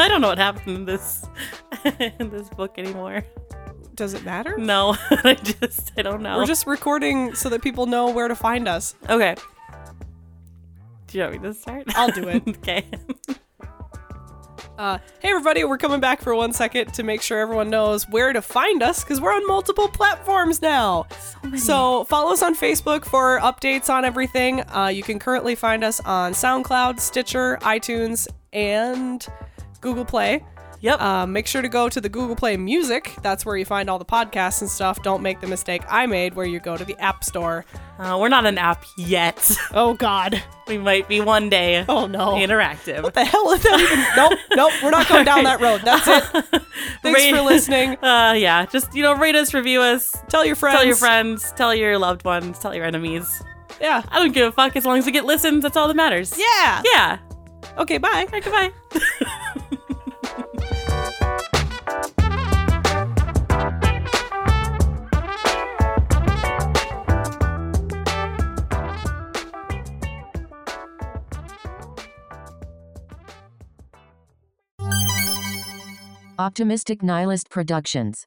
Speaker 2: don't know what happened in this in this book anymore.
Speaker 3: Does it matter?
Speaker 2: No, I just I don't know.
Speaker 3: We're just recording so that people know where to find us.
Speaker 2: okay. Do you want me to start?
Speaker 3: I'll do it.
Speaker 2: okay.
Speaker 3: Uh, hey, everybody, we're coming back for one second to make sure everyone knows where to find us because we're on multiple platforms now. So, follow us on Facebook for updates on everything. Uh, you can currently find us on SoundCloud, Stitcher, iTunes, and Google Play.
Speaker 2: Yep.
Speaker 3: Um, make sure to go to the Google Play Music. That's where you find all the podcasts and stuff. Don't make the mistake I made where you go to the App Store.
Speaker 2: Uh, we're not an app yet.
Speaker 3: Oh, God.
Speaker 2: We might be one day.
Speaker 3: Oh, no.
Speaker 2: Interactive.
Speaker 3: What the hell is that even? nope, nope, we're not going down that road. That's it. Thanks
Speaker 2: Rate-
Speaker 3: for listening.
Speaker 2: Uh, yeah. Just you know, rate us, review us,
Speaker 3: Tell your friends.
Speaker 2: tell your friends, tell your loved ones, tell your enemies.
Speaker 3: Yeah.
Speaker 2: I don't give a fuck as long as we get listens. That's all that matters.
Speaker 3: Yeah.
Speaker 2: Yeah.
Speaker 3: Okay,
Speaker 2: All
Speaker 3: bye.
Speaker 2: right, goodbye.
Speaker 1: Optimistic Nihilist Productions.